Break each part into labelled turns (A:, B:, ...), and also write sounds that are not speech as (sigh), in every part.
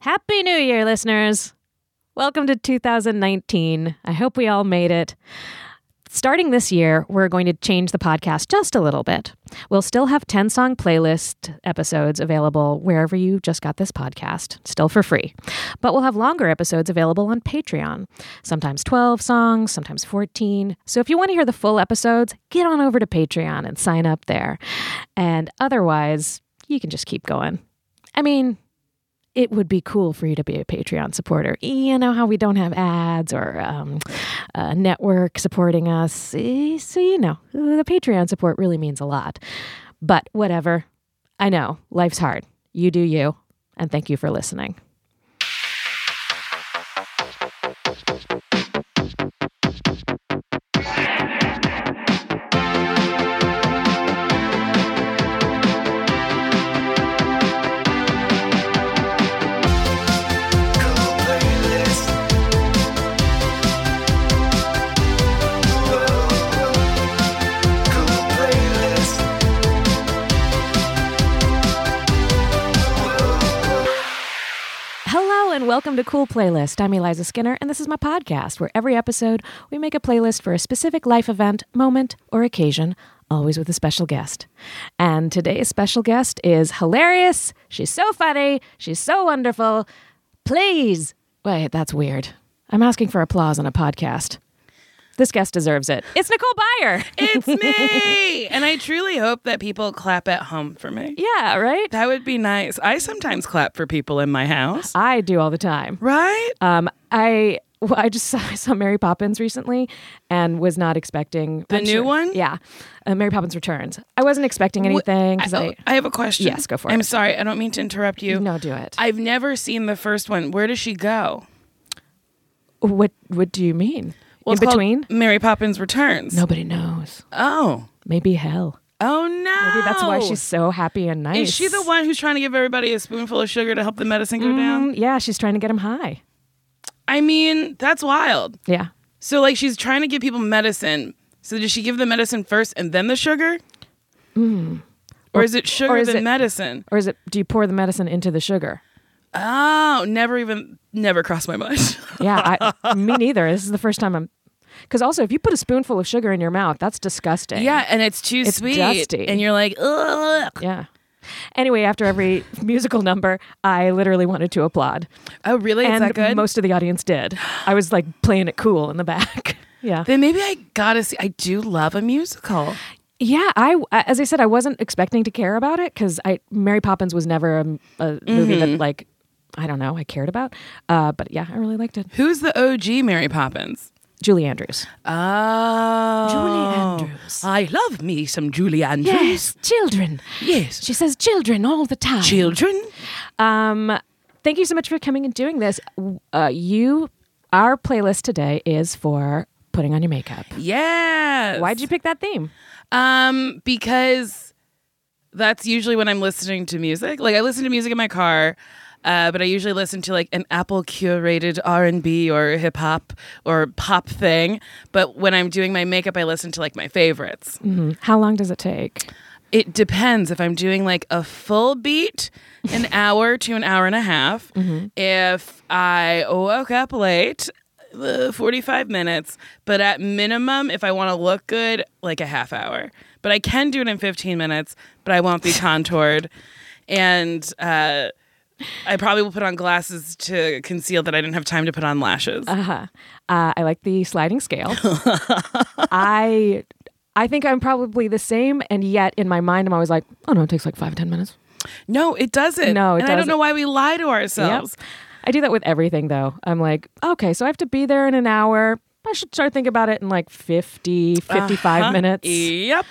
A: Happy New Year, listeners! Welcome to 2019. I hope we all made it. Starting this year, we're going to change the podcast just a little bit. We'll still have 10 song playlist episodes available wherever you just got this podcast, still for free. But we'll have longer episodes available on Patreon, sometimes 12 songs, sometimes 14. So if you want to hear the full episodes, get on over to Patreon and sign up there. And otherwise, you can just keep going. I mean, it would be cool for you to be a Patreon supporter. You know how we don't have ads or um, a network supporting us. Eh, So, you know, the Patreon support really means a lot. But whatever. I know life's hard. You do you. And thank you for listening. Hello and welcome to Cool Playlist. I'm Eliza Skinner, and this is my podcast where every episode we make a playlist for a specific life event, moment, or occasion, always with a special guest. And today's special guest is hilarious. She's so funny. She's so wonderful. Please. Wait, that's weird. I'm asking for applause on a podcast. This guest deserves it. It's Nicole Byer.
B: It's me! and I truly hope that people clap at home for me.
A: yeah, right?
B: That would be nice. I sometimes clap for people in my house,
A: I do all the time.
B: right?
A: Um, I (laughs) well, I just saw, I saw Mary Poppins recently and was not expecting
B: The
A: I'm
B: new one?
A: Yeah, uh, Mary Poppins Returns. I wasn't expecting anything because
B: I,
A: I,
B: I have a question.
A: Yes, go for
B: I'm
A: it.
B: sorry. I don't mean to interrupt you.
A: no do it.
B: I've never seen the first one. Where does she go?
A: what What do you mean?
B: it's
A: In
B: called
A: between,
B: Mary Poppins Returns.
A: nobody knows.
B: Oh.
A: Maybe hell.
B: Oh, no.
A: Maybe that's why she's so happy and nice.
B: Oh! Is she the one who's trying to give everybody a spoonful of sugar to help the medicine go down?
A: Mm, yeah, she's trying to get him high.
B: I mean, that's wild.
A: Yeah,
B: So, like, she's trying to give people medicine. So, does she give the medicine first and then the sugar? Or, is it sugar
A: Mm. or is
B: than
A: it-
B: medicine?
A: or is it? Do you pour the medicine into the sugar?
B: Oh, never even, never crossed my mind.
A: Yeah,
B: (laughs)
A: I, me neither. This is the first time I'm. Because also, if you put a spoonful of sugar in your mouth, that's disgusting.
B: yeah, and it's too
A: It's
B: sweet.
A: dusty.
B: And you're like, ugh.
A: Yeah. Anyway, after (laughs) every musical number, I literally wanted to applaud.
B: Oh, really? Is
A: and
B: that good?
A: most of the audience did. I was like playing it cool in the back. (laughs) Yeah.
B: then maybe I gotta see. I do love a musical.
A: Yeah, I as I said I wasn't expecting to care about it cuz I Mary Poppins was never a, a movie that like I don't know, I cared about. Uh, but yeah, I really liked it.
B: Who's the OG Mary Poppins?
A: Julie Andrews.
B: Oh,
A: Andrews.
B: I love me some Julie Andrews.
A: children.
B: Yes.
A: She says children all the time.
B: Children.
A: Um, thank you so much for coming and doing this. Uh, you, our playlist today is for putting on your makeup.
B: Yes.
A: Why'd you pick that theme?
B: Um, because that's usually when I'm listening to music. Like I listen to music in my car, uh, but I usually listen to like an Apple curated R and B or hip hop or pop thing. But when I'm doing my makeup, I listen to like my favorites.
A: How long does it take?
B: It depends if I'm doing like a full beat,
A: (laughs)
B: an hour to an hour and a half.
A: Mm-hmm.
B: If I woke up late. uh, 45 minutes, but at minimum, if I want to look good, like a half hour. But I can do it in 15 minutes, but I
A: (laughs)
B: won't be contoured. And uh, I probably will put on glasses to conceal that I didn't have time to put on lashes.
A: Uh, I like the sliding (laughs) scale. I, I think I'm probably the same, and yet in my mind I'm always like, oh no, it takes like five ten minutes.
B: no, it doesn't.
A: No, it
B: and I don't
A: doesn't.
B: know why we lie to
A: Yep.
B: ourselves.
A: I do that with everything though. I'm like, okay, so I have to be there in an hour. I should start thinking about it in like 50, 55
B: Huh?
A: minutes.
B: Uh-huh. Yep.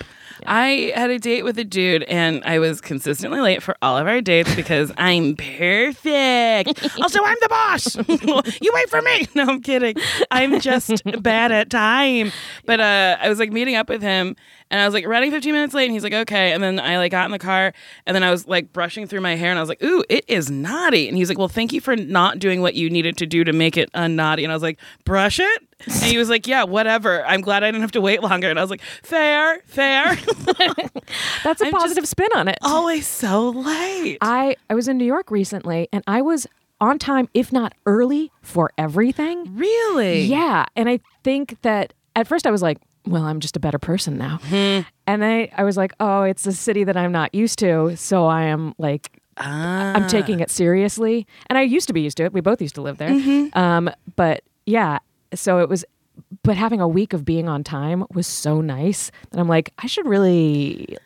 B: I had a date with a dude and I was consistently late for all of our dates because (laughs) I'm perfect. Also, I'm the boss. (laughs) you wait for me. (laughs) No, I'm kidding. I'm just bad at time. But uh, I was like meeting up with him and I was like running 15 minutes late and he's like, okay. And then I like got in the car and then I was like brushing through my hair and I was like, ooh, it is naughty. And he's like, well, thank you for not doing what you needed to do to make it unnaughty. And I was like, brush it? And he was like, yeah, whatever. I'm glad I didn't have to wait longer. And I was like, fair, fair. (laughs)
A: That's a
B: I'm just- Oh.
A: positive spin on it.
B: Always so late.
A: I I was in New York recently and I was on time, if not early, for everything.
B: Really?
A: Yeah. And I think that at first I was like, well, I'm just a better person now.
B: Mm-hmm.
A: And I, I was like, oh, it's a city that I'm not used to. So I am like,
B: Ah.
A: I'm taking it seriously. And I used to be used to it. We both used to live there.
B: Mm-hmm.
A: Um, but yeah, so it was, but having a week of being on time was so nice that I'm like, I should really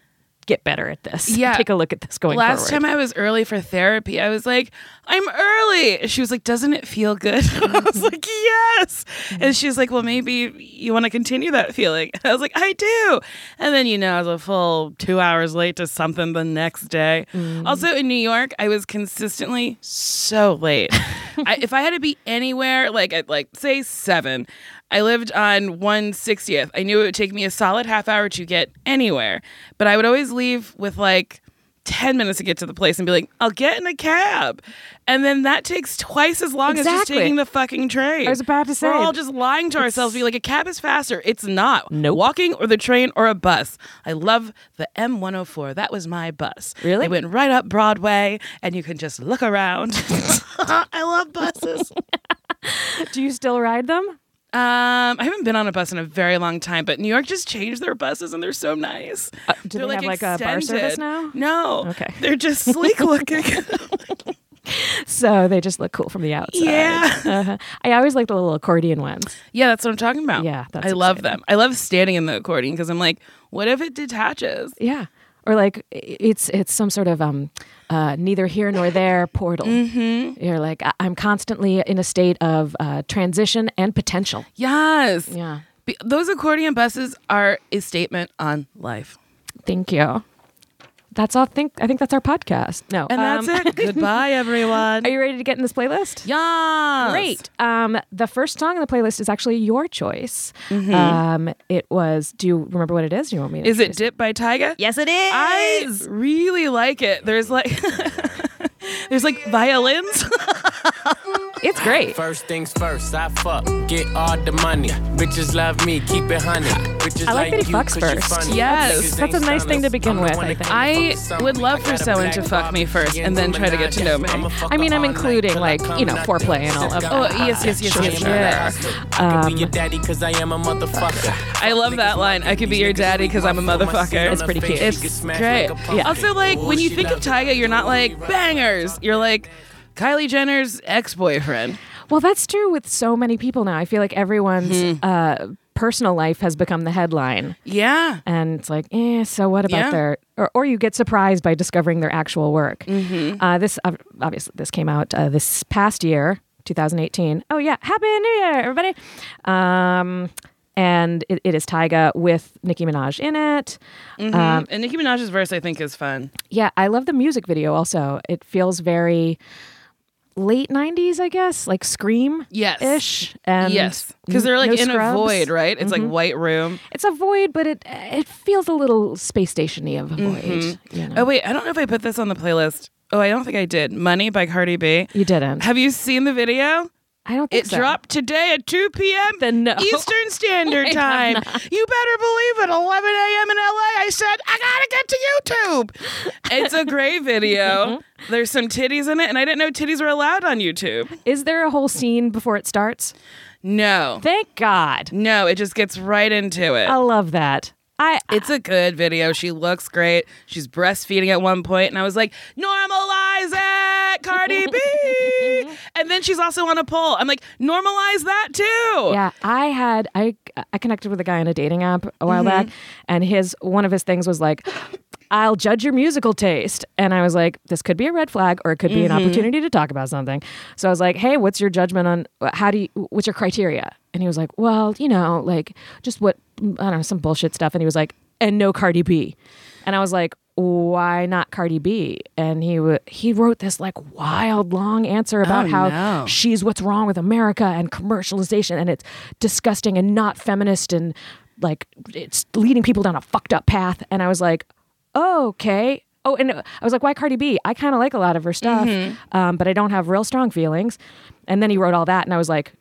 A: get better at this. (laughs)
B: Yeah.
A: Take a look at this going
B: Last
A: forward.
B: time I was early for therapy, I was like, I'm early. She was like, Doesn't it feel good? (laughs) I
A: Mm-hmm.
B: was like, Yes. And she was like, Well, maybe you want to continue that feeling. (laughs) I was like, I do. And then, you know, I was a full two hours late to something the next day.
A: Mm-hmm.
B: Also, in New York, I was consistently so
A: (laughs)
B: late. I, if I had to be anywhere, like at like say seven, I lived on 160th. I knew it would take me a solid half hour to get anywhere, but I would always leave with like 10 minutes to get to the place and be like, I'll get in a cab. And then that takes twice as long as just
A: Exactly.
B: taking the fucking train. I
A: was about to say.
B: We're all just lying to ourselves, be like, a cab is faster. It's not.
A: Nope.
B: Walking or the train or a bus. I love the M104. That was my bus.
A: Really?
B: It went right up Broadway and you can just look around. (laughs) I
A: (laughs)
B: love buses.
A: Do you still ride them?
B: Um, I haven't been on a bus in a very long time, but New York just changed their buses and they're so nice.
A: Uh, do
B: They're,
A: they have, like, a bar service
B: extended.
A: now?
B: No.
A: Okay.
B: They're just sleek looking.
A: (laughs) So they just look cool from the outside.
B: Yeah.
A: (laughs) Uh-huh. I always like the little accordion ones.
B: yeah, that's what I'm talking about.
A: Yeah, that's
B: I love
A: exciting.
B: them. I love standing in the accordion because I'm like, what if it detaches?
A: Yeah. Or like i- it's it's some sort of um uh, neither here nor there portal. Mm-hmm. You're like I- I'm constantly in a state of uh, transition and potential.
B: Yes.
A: Yeah.
B: Be- those accordion buses are a statement on life.
A: Thank you. That's all. Think I think that's our podcast. No,
B: And
A: um, (laughs)
B: that's it. Goodbye, everyone.
A: Are you ready to get in this playlist?
B: yes.
A: Great. Um, the first song in the playlist is actually your choice. Um, it was. Do you remember what it is? Do you want me? To
B: Is it Dip by Tyga?
A: Yes, it is.
B: I really like it. There's like (laughs) there's like violins.
A: it's great.
C: First things first, I fuck, get all the money. Bitches love me, keep it honey. Bitches
A: I like that he
C: you
A: fucks
C: 'cause you
A: first.
C: funny.
B: Yes.
C: Niggas
A: That's a
C: ain't
A: nice thing to
C: stunners.
A: begin
C: I'm the
A: with,
C: one
A: I think.
C: that keep it
B: I
C: on someone.
B: would love
C: I
B: for
C: got a
B: someone
C: black
B: to fuck me
C: Barbie,
B: first and
C: Nicki
B: then try to get to know me.
C: Minaj. I'ma fuck
A: I mean,
C: her
A: I'm
C: all night
A: including,
C: till I
A: like,
C: come
A: you know,
C: knock
A: foreplay
C: down.
A: and all of
B: Oh,
A: that.
B: yes, yes, yes,
C: Sure,
B: yes,
C: sure.
B: yes.
A: Uh,
C: I could be your daddy 'cause I am a motherfucker.
B: I love that line. I could be your daddy because I'm a motherfucker.
A: It's pretty cute.
B: It's great.
C: Yeah.
B: Also, like when you think of Tyga, you're not like bangers. You're like Kylie Jenner's ex-boyfriend.
A: Well, that's true with so many people now. I feel like everyone's uh, personal life has become the headline,
B: Yeah.
A: and it's like, eh. So what about
B: Yeah.
A: their? Or, or you get surprised by discovering their actual work. Uh, this ob- obviously this came out uh, this past year, 2018. Oh yeah, Happy New Year, everybody! Um, and it, it is Tyga with Nicki Minaj in it.
B: Um, and Nicki Minaj's verse, I think, is fun.
A: Yeah, I love the music video. Also, it feels very late 90s, I guess, like Scream.
B: Yes.
A: ish, and
B: yes, because they're like
A: no
B: in a
A: scrubs. Mm-hmm.
B: void, right? It's like white room.
A: It's a void, but it it feels a little space stationy of a void. You, know?
B: Oh wait, I don't know if I put this on the playlist. Oh, I don't think I did. Money by Cardi B.
A: you didn't.
B: Have you seen the video?
A: I don't think
B: It
A: so.
B: dropped today at 2 p.m.
A: Then no. (laughs)
B: Eastern Standard Time. You better believe it. 11 a.m. in LA. I said, I gotta get to YouTube. it's
A: (laughs)
B: a great video.
A: Mm-hmm.
B: There's some titties in it, and I didn't know titties were allowed on YouTube.
A: Is there a whole scene before it starts?
B: No.
A: Thank God.
B: No, it just gets right into it.
A: I love that. Oh, I
B: It's a good video. She looks great. She's breastfeeding at one point, and I was like, normalize it, Cardi
A: (laughs)
B: B. and then she's also on a poll. I'm like, normalize that too.
A: yeah, I had I I connected with a guy on a dating app a while back, and his one of his things was like. I'll judge your musical taste. And I was like, this could be a red flag or it could be an opportunity to talk about something. So I was like, hey, what's your judgment on how do you, what's your criteria? And he was like, well, you know, like just what, I don't know, some bullshit stuff. And he was like, and no Cardi B. And I was like, why not Cardi B? And he wa he wrote this like wild long answer about
B: Oh,
A: how
B: no.
A: she's what's wrong with America and commercialization and it's disgusting and not feminist and like it's leading people down a fucked up path. And I was like, okay. Oh, and I was like, why Cardi B? I kind of like a lot of her stuff,
B: Mm-hmm.
A: um, but I don't have real strong feelings. And then he wrote all that, and I was like,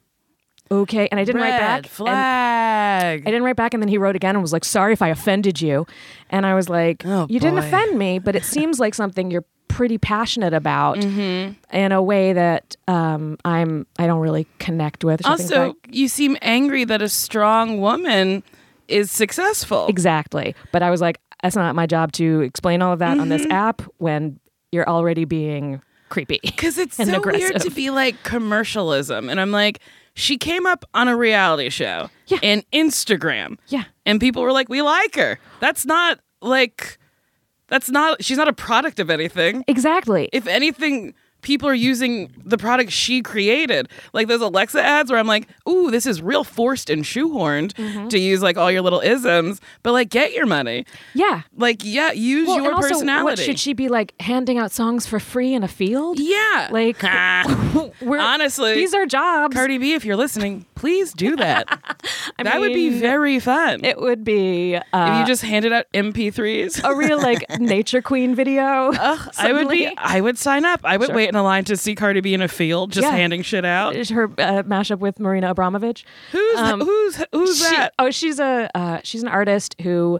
A: okay. And I didn't write back.
B: Red
A: and-
B: flag.
A: I didn't write back, and then he wrote again and was like, "Sorry if I offended you," and I was like,
B: Oh,
A: "You didn't
B: boy.
A: offend me, but it seems like something you're pretty passionate about
B: Mm-hmm.
A: in a way that um, I'm I don't really connect with. She thinks
B: also,
A: like-
B: you seem angry that a strong woman is successful.
A: exactly. But I was like, that's not my job to explain all of that on this
B: Mm-hmm.
A: app when you're already being
B: (laughs)
A: creepy.
B: Because it's
A: and
B: so weird to
A: aggressive.
B: be like commercialism. And I'm like, she came up on a reality show
A: Yeah.
B: and Instagram.
A: Yeah.
B: And people were like, we like her. That's not like, that's not, she's not a product of anything.
A: Exactly.
B: If anything, people are using the product she created. Like those Alexa ads where I'm like, ooh, this is real forced and shoehorned
A: Mm-hmm.
B: to use like all your little isms, but like get your money.
A: yeah.
B: Like, yeah, use
A: Well,
B: your
A: and also,
B: personality.
A: What should she be like handing out songs for free in a field?
B: yeah. (laughs)
A: Like (laughs) we're
B: Honestly.
A: these are jobs.
B: Cardi B, if you're listening, please do that.
A: (laughs) I
B: that would be
A: mean,
B: very fun.
A: It would be
B: if
A: uh,
B: you just handed out (laughs) MP3s,
A: a real like nature queen video.
B: I would be.
A: suddenly.
B: I would sign up. I would wait in a line to see Cardi B in a field, just
A: Yeah.
B: handing shit out.
A: Is her uh, mashup with Marina Abramovich.
B: Who's who's who's
A: She-
B: that?
A: Oh, she's a uh, she's an artist who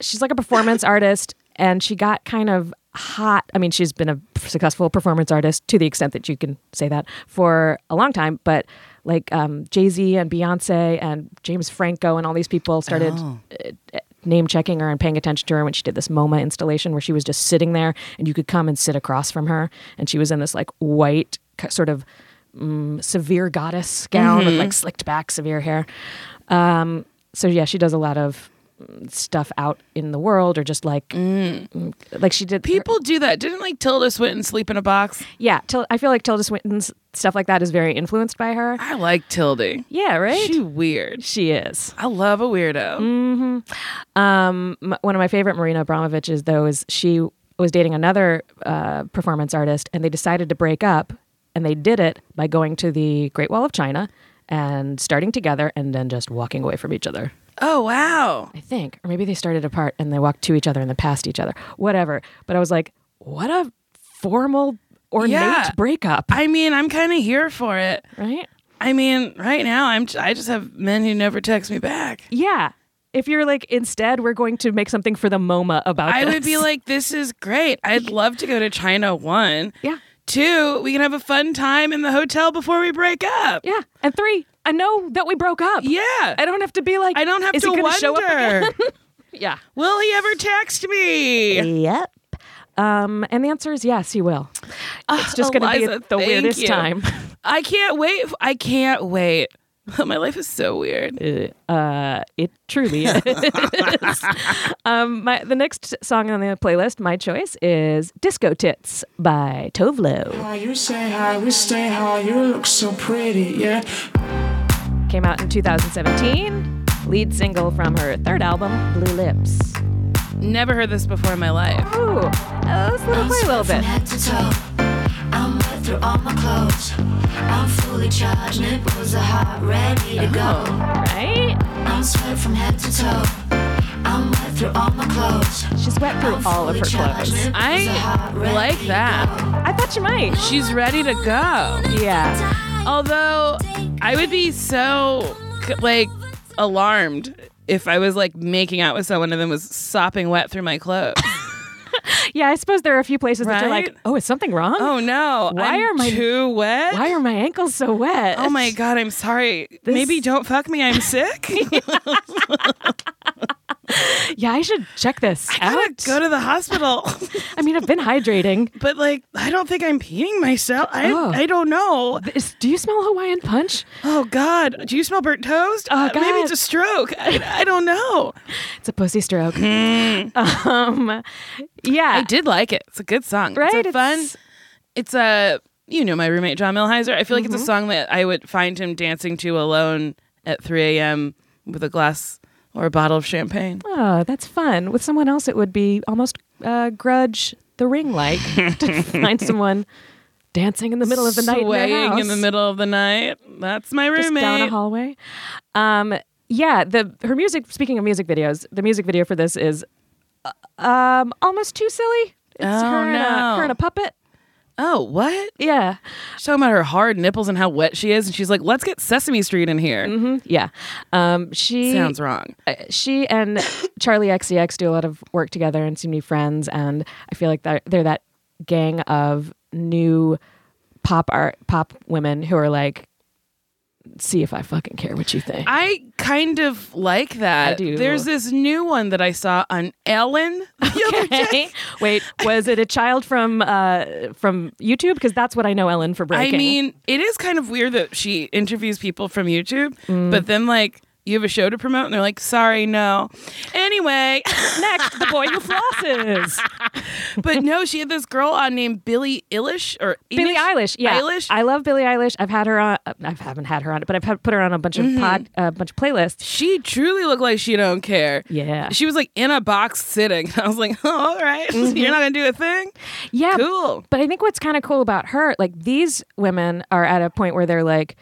A: she's like a
B: (laughs)
A: performance artist, and she got kind of hot. I mean, she's been a successful performance artist to the extent that you can say that for a long time, but. Like um, Jay Z and Beyonce and James Franco and all these people started
B: Oh.
A: uh, name checking her and paying attention to her when she did this MoMA installation where she was just sitting there and you could come and sit across from her. And she was in this like white ki- sort of mm, severe goddess gown with like slicked back severe hair. Um, so yeah, she does a lot of mm, stuff out in the world or just like mm, like she did her-
B: People do that. Didn't like Tilda Swinton sleep in a box?
A: yeah, Til- I feel like Tilda Swinton's stuff like that is very influenced by her.
B: I like Tilda.
A: Yeah, right?
B: She weird. Mm.
A: she is.
B: I love a weirdo.
A: Um, m- one of my favorite Marina Abramovich is though is she was dating another uh, performance artist, and they decided to break up, and they did it by going to the Great Wall of China and starting together, and then just walking away from each other.
B: Oh wow.
A: I think, or maybe they started apart and they walked to each other and then past each other. Whatever. But I was like, what a formal, ornate
B: Yeah.
A: breakup,
B: I mean, I'm kind of here for it.
A: right?
B: I mean, right now, I'm. I just have men who never text me back.
A: Yeah. If you're like, instead, we're going to make something for the MoMA about
B: I
A: this.
B: would be like, this is great. I'd love to go to China. One.
A: Yeah.
B: Two, we can have a fun time in the hotel before we break up.
A: yeah. And three, I know that we broke up.
B: Yeah.
A: I don't have to be like,
B: I don't have
A: is
B: to
A: he
B: wonder.
A: gonna show up again? yeah.
B: (laughs) will he ever text
A: (laughs)
B: me?
A: Yep. Um, and the answer is yes, he will. It's just going to be
B: Ah, Eliza,
A: at the
B: thank
A: weirdest
B: you.
A: time. (laughs)
B: I can't wait. I can't wait. (laughs) My life is so weird.
A: uh, it truly is. (laughs) um, my, the next song on the playlist, my choice, is Disco Tits by Tovlo.
D: How you say hi, we stay high, you look so pretty, yeah.
A: Came out in 2017, lead single from her third album, Blue Lips.
B: Never heard this before in my life.
A: Ooh, uh, let's let it play a little
E: From
A: bit.
E: head to toe, I'm wet through all my clothes. I'm fully charged, nipples are hot, ready to go.
A: Right?
E: I'm sweat from head to toe. I'm wet through all my clothes.
A: She's wet through all of her clothes.
B: I like that.
A: I thought you might.
B: She's ready to go.
A: Yeah.
B: Although I would be so c- like alarmed if I was like making out with someone and then was sopping wet through
A: (laughs)
B: my clothes.
A: Yeah, I suppose there are a few places that you're
B: Right?
A: like, oh, is something wrong?
B: Oh no!
A: Why
B: I'm
A: are my-
B: too wet?
A: Why are my ankles so wet?
B: Oh my god! I'm sorry. Maybe don't fuck me.
A: (laughs)
B: I'm sick. (laughs)
A: Yeah, I should check this
B: I gotta
A: out.
B: go to
A: (laughs)
B: the hospital.
A: I mean, I've
E: (laughs)
A: been hydrating.
B: but like, I don't think I'm peeing myself. I
A: Oh.
B: I don't know.
A: Is, do you smell Hawaiian punch?
B: Oh god! Do you smell burnt toast? Uh, Maybe
A: God.
B: it's a stroke. (laughs) I, I don't know.
A: It's a pussy
B: (laughs)
A: stroke. um, yeah,
B: I did like it. It's a good song.
A: right.
B: It's a fun. It's, a you know my roommate John Milheiser. I feel like it's a song that I would find him dancing to alone at 3 a.m. with a glass or a bottle of champagne.
A: oh, that's fun. With someone else, it would be almost uh, grudge the ring
B: (laughs)
A: like to find someone dancing in the middle of the night in, their
B: swaying
A: house,
B: in the middle of the night. That's my
A: just
B: roommate.
A: down a hallway. Um, yeah, the her music. Speaking of music videos, the music video for this is uh, um almost too silly. It's
B: Oh,
A: her, and a,
B: no.
A: her and a puppet.
B: Oh, what?
A: Yeah.
B: She's talking about her hard nipples and how wet she is, and she's like, "Let's get Sesame Street in here."
A: Mhm. Yeah. Um, she
B: Sounds wrong.
A: uh, she (coughs) E and Charlie XCX do a lot of work together and seem to be friends. And I feel like they're, they're that gang of new pop art pop women who are like, see if I fucking care what you (laughs) think.
B: I kind of like that.
A: I do.
B: There's this new one that I saw on Ellen the other day.
A: (laughs) Okay. Wait, was it a child from uh, from YouTube? Because that's what I know Ellen for
B: (laughs) I
A: breaking.
B: mean, it is kind of weird that she interviews people from YouTube,
A: Mm.
B: but then like you have a show to promote and they're like, sorry, no. Anyway,
A: (laughs)
B: (laughs)
A: next, the boy who flosses.
B: but no, she had this girl on named Billie Eilish or
A: Billie Eilish, yeah,
B: Eilish.
A: I love Billie Eilish. I've had her on. uh, I haven't had her on, but I've had, put her on a bunch of
B: Mm-hmm.
A: pod, a bunch of playlists.
B: she truly looked like she don't care.
A: Yeah.
B: She was like in a box sitting. (laughs) I was like, oh, all right. (laughs)
A: Mm-hmm.
B: You're not going to do a thing?
A: Yeah,
B: Cool.
A: But I think what's kind of cool about her, like these women are at a point where they're like,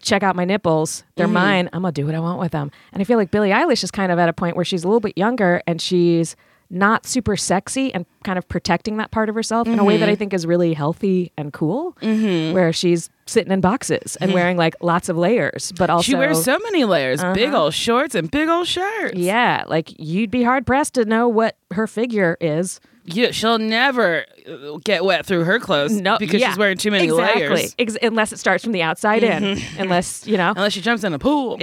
A: check out my nipples. They're
B: Mm-hmm.
A: mine. I'm going to do what I want with them. And I feel like Billie Eilish is kind of at a point where she's a little bit younger and she's not super sexy and kind of protecting that part of herself in a way that
B: Mm-hmm.
A: I think is really healthy and cool, where she's sitting in boxes and wearing like lots of layers, but also.
B: Mm-hmm.
A: Uh-huh.
B: She wears so many layers big old shorts and big old shirts.
A: yeah, like you'd be hard pressed to know what her figure is.
B: Yeah, she'll never uh, get wet through her clothes
A: No,
B: because
A: yeah,
B: she's wearing too many
A: exactly.
B: layers. Mm-hmm. Oh.
A: Ex- unless it starts from the outside in, unless you know,
B: Unless she jumps in a pool.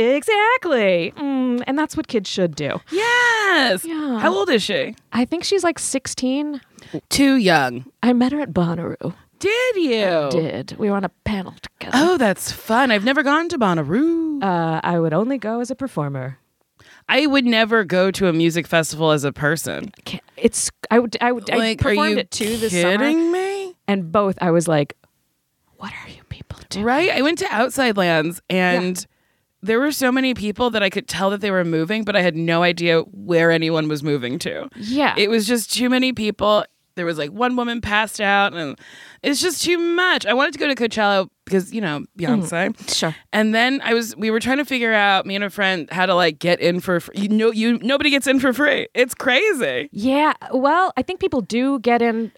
A: Exactly. Mm, and that's what kids should do.
B: yes.
A: Yeah.
B: How old is she?
A: I think she's like 16.
B: Too young.
A: I met her at Bonnaroo.
B: Did you?
A: Did. We were on a panel together.
B: Oh, that's fun. I've never gone to Bonnaroo.
A: Uh, I would only go as a performer.
B: I would never go to a music festival as a person.
A: Can't- It's I would I would
B: like,
A: I
B: are
A: performed
B: you
A: it too this summer
B: kidding me?
A: and both I was like what are you people doing?
B: Right? I went to Outside Lands and there were so many people that I could tell that they were moving, but I had no idea where anyone was moving to.
A: Yeah.
B: It was just too many people. There was like one woman passed out, and it's just too much. I wanted to go to Coachella because, you know, Beyonce.
A: sure.
B: And then I was, we were trying to figure out, me and a friend, how to like get in for free. You know, you, nobody gets in for free. It's crazy.
A: Yeah, well, I think people do get in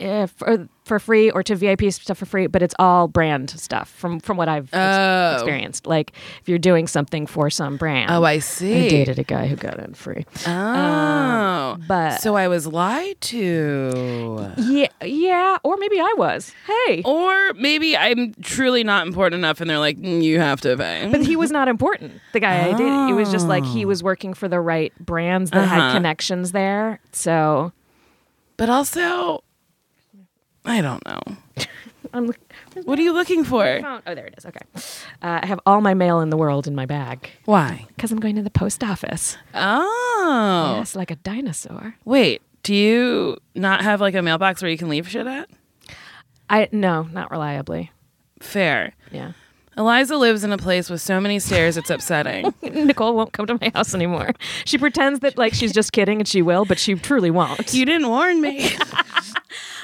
A: uh, for, for free or to VIP stuff for free, but it's all brand stuff from from what I've ex-
B: Oh.
A: experienced. Like if you're doing something for some brand.
B: I see.
A: Oh, I dated a guy who got in free.
B: Oh.
A: but-
B: so I was lied to.
A: Yeah, yeah, or maybe I was. Hey,
B: Or maybe I'm truly not important enough, and they're like, "Mm, you have to pay.
A: but he was not important. The guy I did, it was just like he
B: Oh.
A: was working for the right brands that
B: Uh-huh.
A: had connections there. So
B: But also, I don't know.
A: I'm. look-
B: What are you looking for?
A: Oh, there it is. Okay, uh, I have all my mail in the world in my bag
B: Why?
A: because I'm going to the post office.
B: Oh,
A: Yes, like a dinosaur.
B: wait. Do you not have like a mailbox where you can leave shit at?
A: I no, not reliably.
B: Fair.
A: Yeah, (laughs)
B: Eliza lives in a place with so many stairs, it's upsetting.
A: Nicole won't come to my house anymore. She pretends that like she's just kidding, and she will, but she truly won't.
B: you didn't warn me.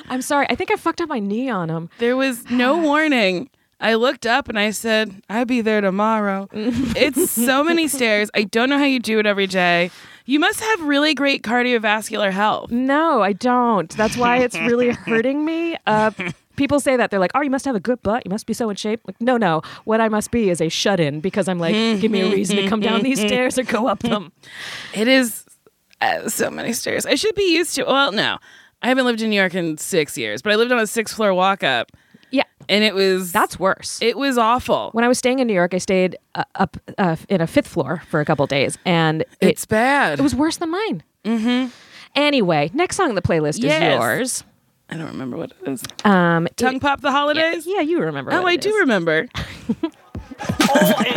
A: I'm sorry. I think I fucked up my knee on him.
B: There was no warning. I looked up and I said, I'll be there tomorrow. it's so many stairs. I don't know how you do it every day. You must have really great cardiovascular health.
A: No, I don't. That's why it's
B: (laughs)
A: really hurting me. Uh, people say that they're like, "Oh, you must have a good butt. You must be so in shape." Like, no, no. What I must be is a shut-in because I'm
B: (laughs)
A: like, give me a reason to come down these stairs or go up them.
B: It is uh, so many stairs. I should be used to Well, no. I haven't lived in New York in six years, but I lived on a six floor walk up
A: Yeah,
B: and it was
A: that's worse.
B: it was awful.
A: when I was staying in New York, I stayed uh, up uh, in a fifth floor for a couple days, and it,
B: it's bad.
A: it was worse than mine. Mm-hmm. Anyway, next song on the playlist
B: Yes.
A: is yours.
B: I don't remember what it is.
A: Um, it-
B: Tongue Pop the Holidays?
A: yeah, you remember.
B: Oh,
A: what
B: I
A: it
B: do
A: is.
B: remember.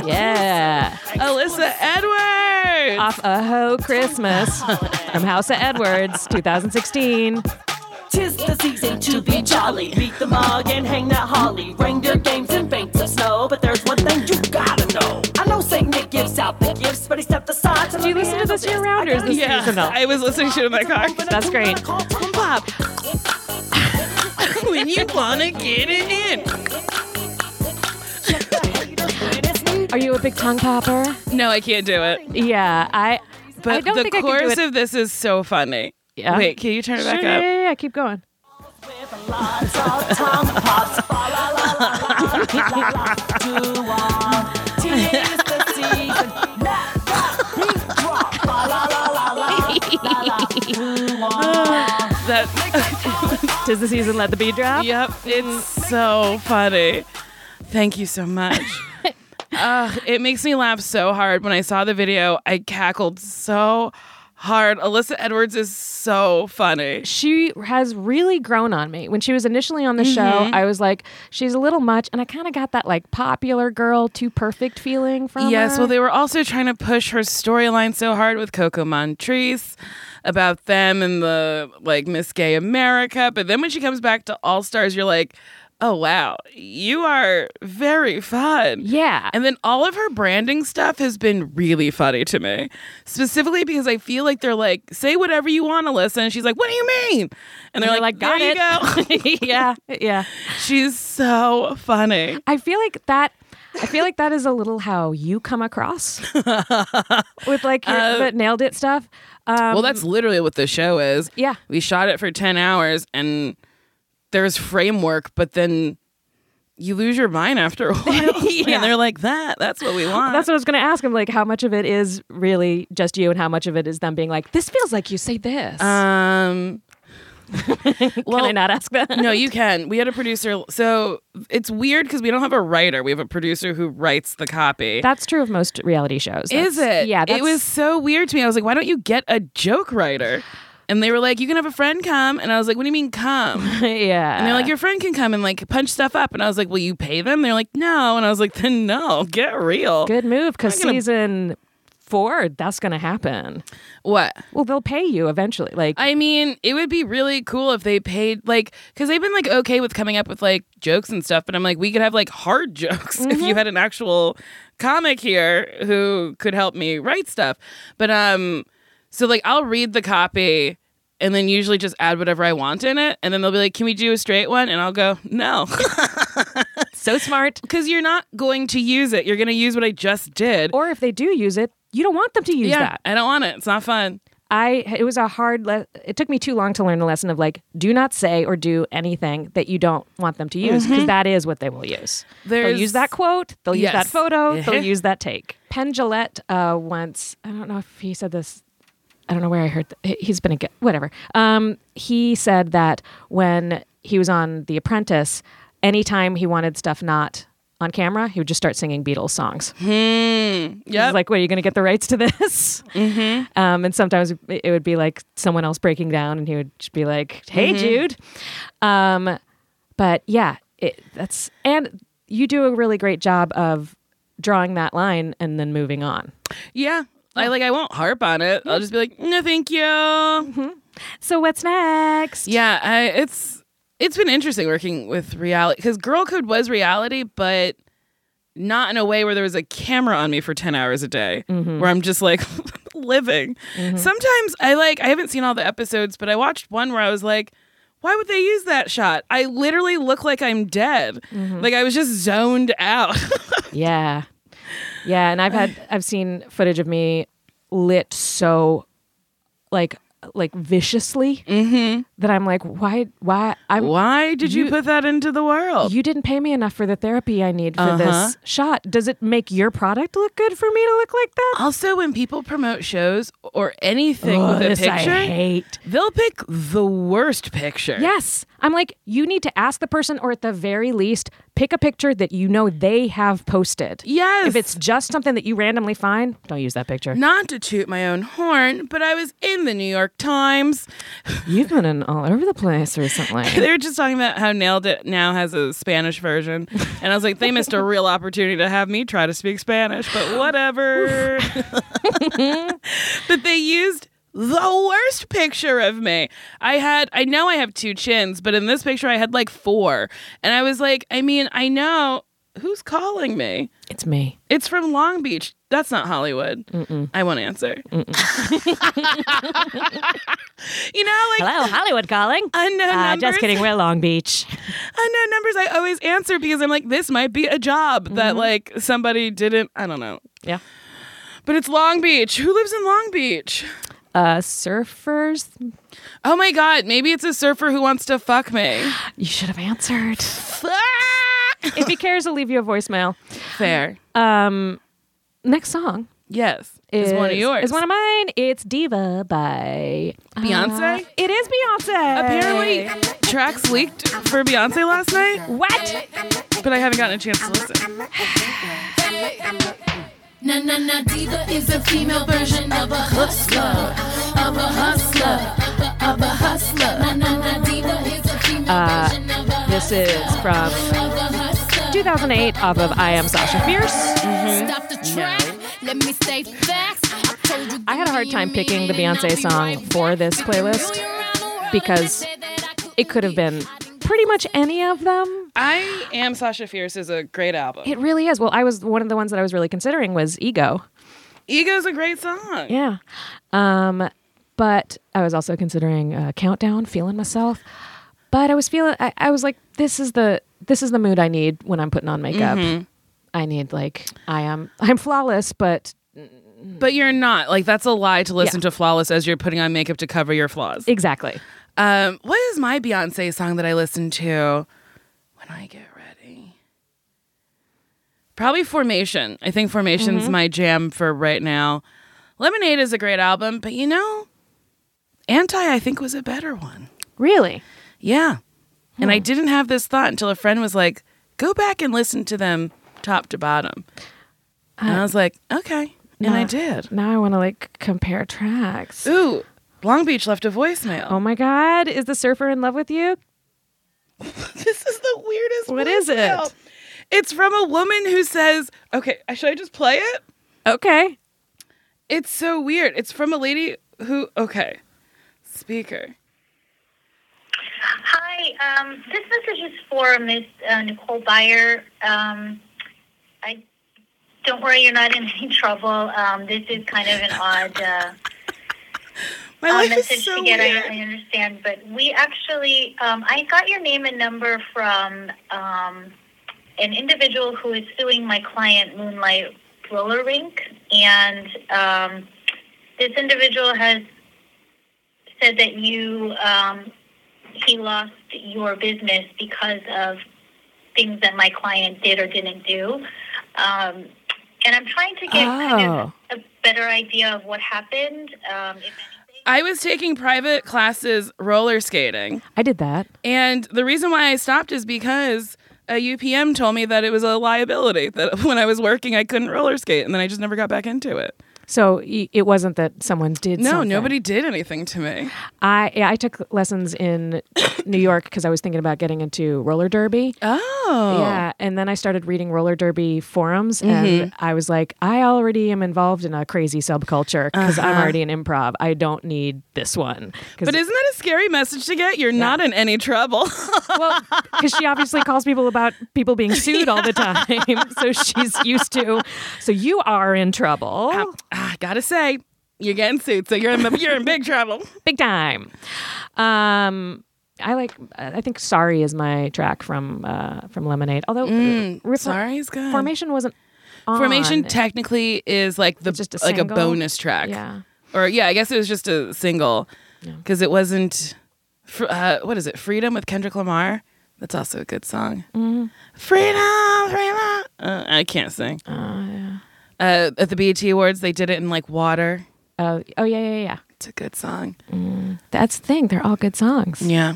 A: Yeah.
B: (laughs) Alyssa Edwards.
A: off a Ho Christmas
B: (laughs) Oh,
A: from House of Edwards, 2016.
F: Tis the season to be jolly. Beat the mug and hang that holly. Reindeer games and banks of snow. But there's one thing you gotta know. I know Saint Nick gives out the gifts, but he stepped aside to
A: Do you listen to
F: (laughs)
A: this year round or is this
B: Yeah,
A: seasonal?
B: I was listening to it in my car.
A: That's great.
B: Pop. (laughs) when you wanna get it in.
A: Are you a big tongue popper?
B: No, I can't do it.
A: Yeah, I.
B: But
A: I don't
B: the
A: think I can do
B: chorus
A: it.
B: of this is so funny.
A: Yeah.
B: Wait, can you turn it
A: Sure,
B: back
A: yeah,
B: up?
A: yeah, yeah, keep going.
B: That
A: Tis the season, let the bee drop.
B: Yep, it's so funny. Thank you so much. Ugh, it makes me laugh so hard. When I saw the video, I cackled so hard. Alyssa Edwards is so funny.
A: She has really grown on me. When she was initially on the
B: Mm-hmm.
A: show, I was like, she's a little much, and I kind of got that like popular girl, too perfect feeling from
B: Yes,
A: her.
B: well, they were also trying to push her storyline so hard with Coco Montrese about them and the like Miss Gay America. But then when she comes back to All Stars, you're like, oh, wow, you are very fun.
A: yeah,
B: And then all of her branding stuff has been really funny to me, specifically because I feel like they're like, say whatever you want, Alyssa. And she's like, what do you mean? And they're,
A: They're
B: like,
A: like, got
B: there
A: (laughs)
B: you go. (laughs)
A: it. yeah, yeah.
B: she's so funny.
A: I feel like that. I feel like that is a little how you come
B: (laughs)
A: across with like your
B: Uh,
A: the nailed it stuff. Um,
B: well, that's literally what the show is.
A: yeah.
B: We shot it for 10 hours and there's framework, but then you lose your mind after a (laughs) while.
A: (laughs) Yeah.
B: And they're like, that, that's
A: (gasps)
B: what we want.
A: That's what I was going to ask him. Like, how much of it is really just you, and how much of it is them being like, "This feels like you say this."
B: um,
A: (laughs) Can I not ask that?
B: no, you can. We had a producer. So it's weird because we don't have a writer. We have a producer who writes the copy.
A: That's true of most reality shows.
B: is
A: That's-
B: it?
A: Yeah, that's,
B: It was so weird to me. I was like, why don't you get a joke writer? And they were like, you can have a friend come. And I was like, what do you mean come?
A: (laughs) yeah.
B: And
A: (laughs)
B: they're like, your friend can come and like punch stuff up. And I was like, will you pay them? They're like, no. And I was like, then no, get real.
A: good move because
B: I'm gonna-
A: season four, that's going to happen.
B: What?
A: Well, they'll pay you eventually. Like,
B: I mean, it would be really cool if they paid like because they've been like okay with coming up with like jokes and stuff, but I'm like, we could have like hard (laughs) jokes if
A: Mm-hmm.
B: you had an actual comic here who could help me write stuff. But um, so like I'll read the copy and then usually just add whatever I want in it, and then they'll be like, can we do a straight one? And I'll go no. (laughs)
A: so smart.
B: Because you're not going to use it. You're going to use what I just did.
A: Or if they do use it, you don't want them to use
B: yeah,
A: that.
B: I don't want it. It's not fun.
A: I it was a hard le- it took me too long to learn the lesson of like do not say or do anything that you don't want them to use because is what they will use. they'll
B: Mm-hmm. There's-
A: use that quote, they'll use that
B: Yes.
A: photo,
B: Yeah.
A: they'll use that take. Penn Jillette uh, once I don't know if he said this I don't know where I heard th- he- he's been a ge- whatever. Um, he said that when he was on The Apprentice, anytime he wanted stuff not on camera, he would just start singing Beatles songs.
B: Yeah.
A: It's like, wait, are you going to get the rights to this? Mm-hmm. Um, and sometimes it- it would be like someone else breaking down, and he would just be like, "Hey, Jude." Um, but yeah, it, that's and you do a really great job of drawing that line and then moving on.
B: yeah.
A: Oh.
B: I like I won't harp on it.
A: Mm-hmm.
B: I'll just be like, "No, thank you."
A: So what's next?
B: Yeah, I, it's it's been interesting working with reality because Girl Code was reality, but not in a way where there was a camera on me for ten hours a day, where I'm just like (laughs) living. Sometimes I like I haven't seen all the episodes, but I watched one where I was like. Why would they use that shot? I literally look like I'm dead. Like I was just zoned out. (laughs)
A: Yeah. Yeah, and I've had I've seen footage of me lit so like like viciously that I'm like, why why I'm
B: Why did you, put that into the world?
A: you didn't pay me enough for the therapy I need for this shot. Does it make your product look good for me to look like that?
B: also, when people promote shows or anything
A: Oh,
B: with a
A: this
B: picture,
A: I hate.
B: They'll pick the worst picture.
A: Yes. I'm like, you need to ask the person, or at the very least, pick a picture that you know they have posted.
B: Yes.
A: If it's just something that you randomly find, don't use that picture.
B: not to toot my own horn, but I was in the New York Times.
A: You've been in all over the place recently.
B: They were just talking about how Nailed It now has a Spanish version. And I was like, they missed a real opportunity to have me try to speak Spanish, but whatever. but they used the worst picture of me. I had, I know I have two chins, but in this picture I had like four. And I was like, I mean, I know who's calling me.
A: it's me.
B: It's from Long Beach. That's not Hollywood. I won't answer. (laughs) you know, like
A: Hello, Hollywood calling.
B: unknown
A: Uh,
B: numbers.
A: just kidding. We're Long Beach.
B: Unknown numbers. I always answer because I'm like, this might be a job
A: Mm-hmm.
B: that like somebody didn't. I don't know.
A: Yeah.
B: But it's Long Beach. Who lives in Long Beach?
A: Uh, surfers.
B: Oh my God. Maybe it's a surfer who wants to fuck
A: (gasps)
B: me.
A: You should have answered. if he cares, I'll leave you a voicemail.
B: Fair.
A: Um, next song.
B: Yes. Is, one of yours.
A: Is one of mine. It's Diva by
B: Beyonce?
A: uh, it is Beyonce.
B: Apparently, tracks leaked for Beyonce last night,
A: What?
B: but I haven't gotten a chance to listen.
G: Na na na diva is a female version of a hustler, of a hustler, of a, of a hustler. Na na na diva is a female
A: Uh,
G: version of a
A: This is from
G: of a hustler.
A: 2008 off of I Am Sasha Fierce.
G: Stop the track. Let me stay fast. I told you.
A: I had a hard time picking the Beyonce song for this playlist because it could have been pretty much any of them.
B: I Am Sasha Fierce is a great album.
A: It really is. Well, I was one of the ones that I was really considering was Ego.
B: Ego's a great song.
A: Yeah. Um, but I was also considering uh, Countdown, feeling myself. But I was feeling, I, I was like, this is the this is the mood I need when I'm putting on makeup. I need like I am I'm flawless, but
B: But you're not. Like, that's a lie to listen to Flawless as you're putting on makeup to cover your flaws.
A: exactly.
B: Um, what is my Beyonce song that I listen to when I get ready? Probably Formation. I think Formation's my jam for right now. Lemonade is a great album, but you know, Anti I think was a better one.
A: Really?
B: Yeah. And
A: Hmm.
B: I didn't have this thought until a friend was like, go back and listen to them top to bottom. and I
A: Uh,
B: was like, okay. and I
A: nah.
B: did.
A: Uh, Now I want to like compare tracks.
B: Ooh, Long Beach left a voicemail.
A: Oh my God! Is the surfer in love with you?
B: this is the weirdest.
A: What is it?
B: voicemail. It's from a woman who says, "Okay, uh, should I just play it?"
A: Okay.
B: It's so weird. It's from a lady who. Okay, speaker.
H: Hi, um, this message is for Ms. Uh, Nicole Byer. Um, I don't worry, you're not in any (laughs) trouble. Um, this is kind of an odd, uh,
B: My
H: odd
B: life
H: Uh, message
B: is so
H: um, to get.
B: weird.
H: I, I understand, but we actually, um, I got your name and number from um, an individual who is suing my client, Moonlight Roller Rink, and um, this individual has said that you um, he lost your business because of things that my client did or didn't do. Um, and I'm trying to get kind
B: Oh.
H: of a better idea of what happened. Um, if anything.
B: I was taking private classes roller skating,
A: I did that.
B: and the reason why I stopped is because a UPM told me that it was a liability that (laughs) when I was working I couldn't roller skate, and then I just never got back into it.
A: So y- it wasn't that someone did.
B: No,
A: something.
B: nobody did anything to me.
A: I yeah, I took lessons in (coughs) New York because I was thinking about getting into roller derby.
B: Oh,
A: Yeah, and then I started reading roller derby forums, and
B: Mm-hmm.
A: I was like, I already am involved in a crazy subculture because I'm already in improv. I don't need this one.
B: Uh-huh. But isn't that a scary message to get? You're not in any trouble. (laughs)
A: because she obviously calls people about people being sued all
B: (laughs)
A: the time, so she's used to. So you are in trouble,
B: I Ah, gotta say, you're getting sued, so you're in the, you're in
A: (laughs)
B: big trouble.
A: big time. Um, I like. I think "Sorry" is my track from uh, from Lemonade. Although uh, Rip-
B: Mm, Sorry, is good.
A: Formation wasn't. On.
B: Formation technically is like the
A: just a
B: like
A: single?
B: a bonus track.
A: Yeah.
B: Or yeah, I guess it was just a single because it wasn't. fr- Uh, what is it? Freedom with Kendrick Lamar. That's also a good song.
A: Mm-hmm.
B: Freedom, freedom. Uh, I can't sing. Uh, at the BET Awards, they did it in like water.
A: Uh, oh yeah, yeah, yeah.
B: It's a good song.
A: That's the thing. They're all good songs.
B: Yeah,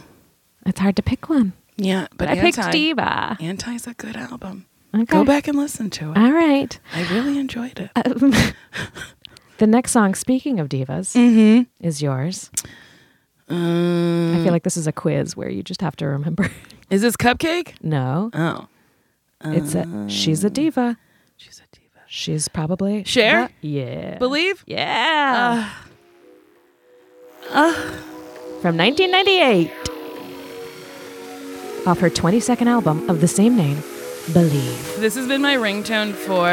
A: It's hard to pick one.
B: yeah. But
A: I picked
B: Anti-
A: Diva.
B: Anti's a good album.
A: Okay.
B: Go back and listen to it.
A: All
B: (laughs)
A: right.
B: I really enjoyed it.
A: The next song, speaking of divas,
B: Mm-hmm.
A: is yours. I feel like this is a quiz where you just have to remember.
B: Um,
A: (laughs)
B: Is this Cupcake?
A: no,
B: Oh.
A: it's a. She's a diva.
B: She's a diva.
A: She's probably
B: Cher?
A: the- yeah.
B: Believe?
A: yeah. Ah. From 1998, off her 22nd album of the same name, Believe.
B: This has been my ringtone for,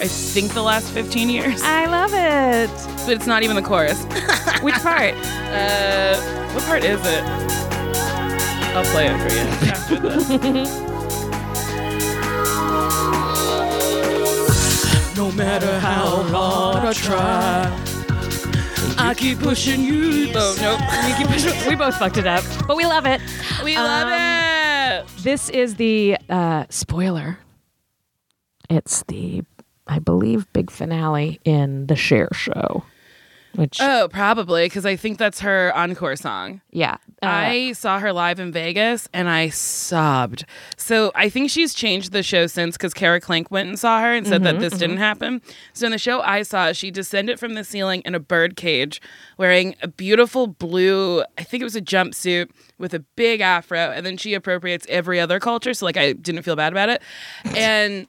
B: I think, the last 15 years.
A: I love it.
B: But it's not even the chorus. (laughs)
A: Which part?
B: Uh, what part is it? I'll play it for you (laughs) after this.
C: No matter how hard I try, I keep pushing you.
B: Oh,
A: (laughs)
B: nope.
A: we both fucked it up, but we love it.
B: We love it.
A: This is the uh, spoiler. It's the I believe, big finale in the Cher show. Which,
B: Oh, probably because I think that's her encore song.
A: yeah, uh,
B: I saw her live in Vegas and I sobbed. So I think she's changed the show since because Kara Clank went and saw her and said that this didn't happen. So in the show I saw, she descended from the ceiling in a bird cage wearing a beautiful blue, I think it was a jumpsuit with a big afro. And then she appropriates every other culture. So like I didn't feel bad about it. And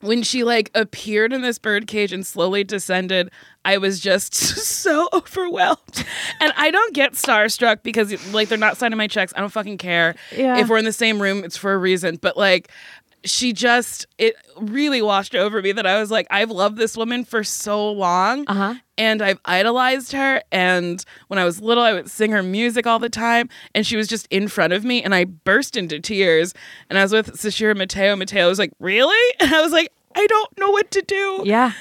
B: when she like appeared in this birdcage and slowly descended, I was just (laughs) so overwhelmed. And I don't get starstruck because like they're not signing my checks. I don't fucking care.
A: Yeah.
B: If we're in the same room, it's for a reason. But like she just it really washed over me that I was like, I've loved this woman for so long.
A: Uh-huh.
B: And I've idolized her. And when I was little, I would sing her music all the time. And she was just in front of me. And I burst into tears. And I was with Sashira Mateo. Mateo was like, Really? (laughs) And I was like, I don't know what to do.
A: yeah,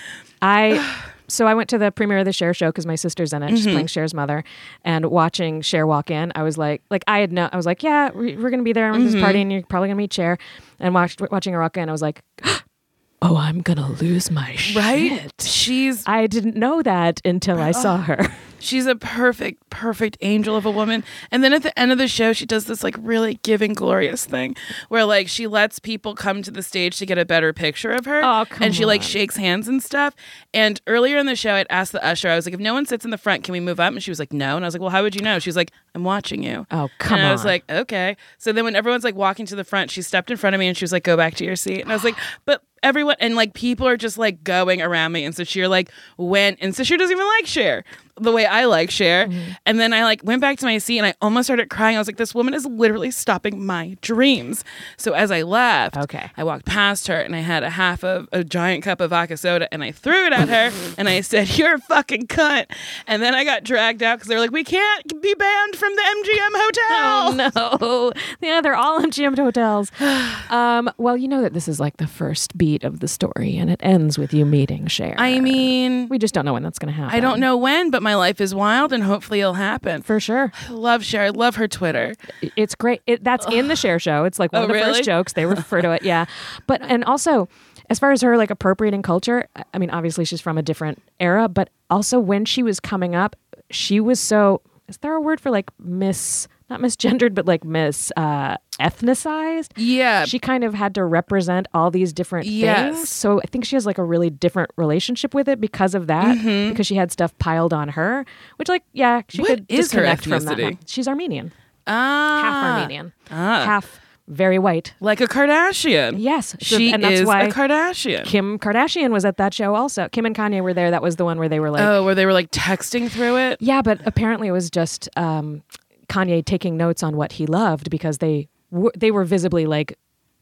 A: I. So I went to the premiere of the Cher show because my sister's in it. She's
B: Mm-hmm.
A: playing Cher's mother, and watching Cher walk in, I was like, like I had no, I was like, yeah, we- we're gonna be there at this
B: Mm-hmm.
A: party, and you're probably gonna meet Cher. And watched watching her walk in, I was like, (gasps) oh, I'm gonna lose my shit.
B: Right? Uh, She's
A: I didn't know that until I saw her.
B: she's a perfect, perfect angel of a woman. And then at the end of the show, she does this like really giving, glorious thing where like she lets people come to the stage to get a better picture of her.
A: Oh, come
B: and she like
A: on.
B: shakes hands and stuff. And earlier in the show, I'd asked the usher, I was like, if no one sits in the front, can we move up? And she was like, no. And I was like, well, how would you know? She was like, I'm watching you.
A: Oh, come
B: And I was
A: on.
B: like, okay. So then when everyone's like walking to the front, she stepped in front of me and she was like, go back to your seat. And I was like, but everyone and like people are just like going around me. And so she like went and so she doesn't even like share the way I like share. And then I like went back to my seat and I almost started crying. I was like, this woman is literally stopping my dreams. So as I left,
A: Okay.
B: I walked past her and I had a half of a giant cup of vodka soda and I threw it at her and I said, You're a fucking cunt. And then I got dragged out because they were like, We can't be banned from the MGM
A: (laughs)
B: hotel.
A: Oh,
B: (laughs)
A: no. Yeah, they're all (laughs) MGM
B: (sighs)
A: hotels. Um, well, you know that this is like the first beat of the story, and it ends with you meeting Cher.
B: I mean,
A: we just don't know when that's going to happen.
B: I don't know when, but my life is wild and hopefully it'll happen.
A: For sure.
B: I love Cher. I love her Twitter.
A: It's great. It, that's in
B: (sighs)
A: the share show. It's like one
B: Oh,
A: of the
B: really?
A: first jokes. They refer to it.
B: (laughs)
A: Yeah. But, and also, as far as her like appropriating culture, I- I mean, obviously she's from a different era, but also when she was coming up, she was so, is there a word for like miss, not misgendered, but like miss uh, ethnicized?
B: Yeah.
A: she kind of had to represent all these different
B: Yes.
A: things. So I think she has like a really different relationship with it because of that, because she had stuff piled on her, which like yeah, she
B: Mm-hmm. What
A: could
B: is her
A: disconnect from that.
B: ethnicity?
A: She's Armenian,
B: ah,
A: half Armenian, half very white.
B: Like a Kardashian.
A: Yes, so-
B: She
A: and that's
B: is
A: why
B: a Kardashian.
A: Kim Kardashian was at that show also. Kim and Kanye were there. That was the one where they were like,
B: oh, where they were like texting through it.
A: yeah, but apparently it was just um, Kanye taking notes on what he loved because they were, they were visibly like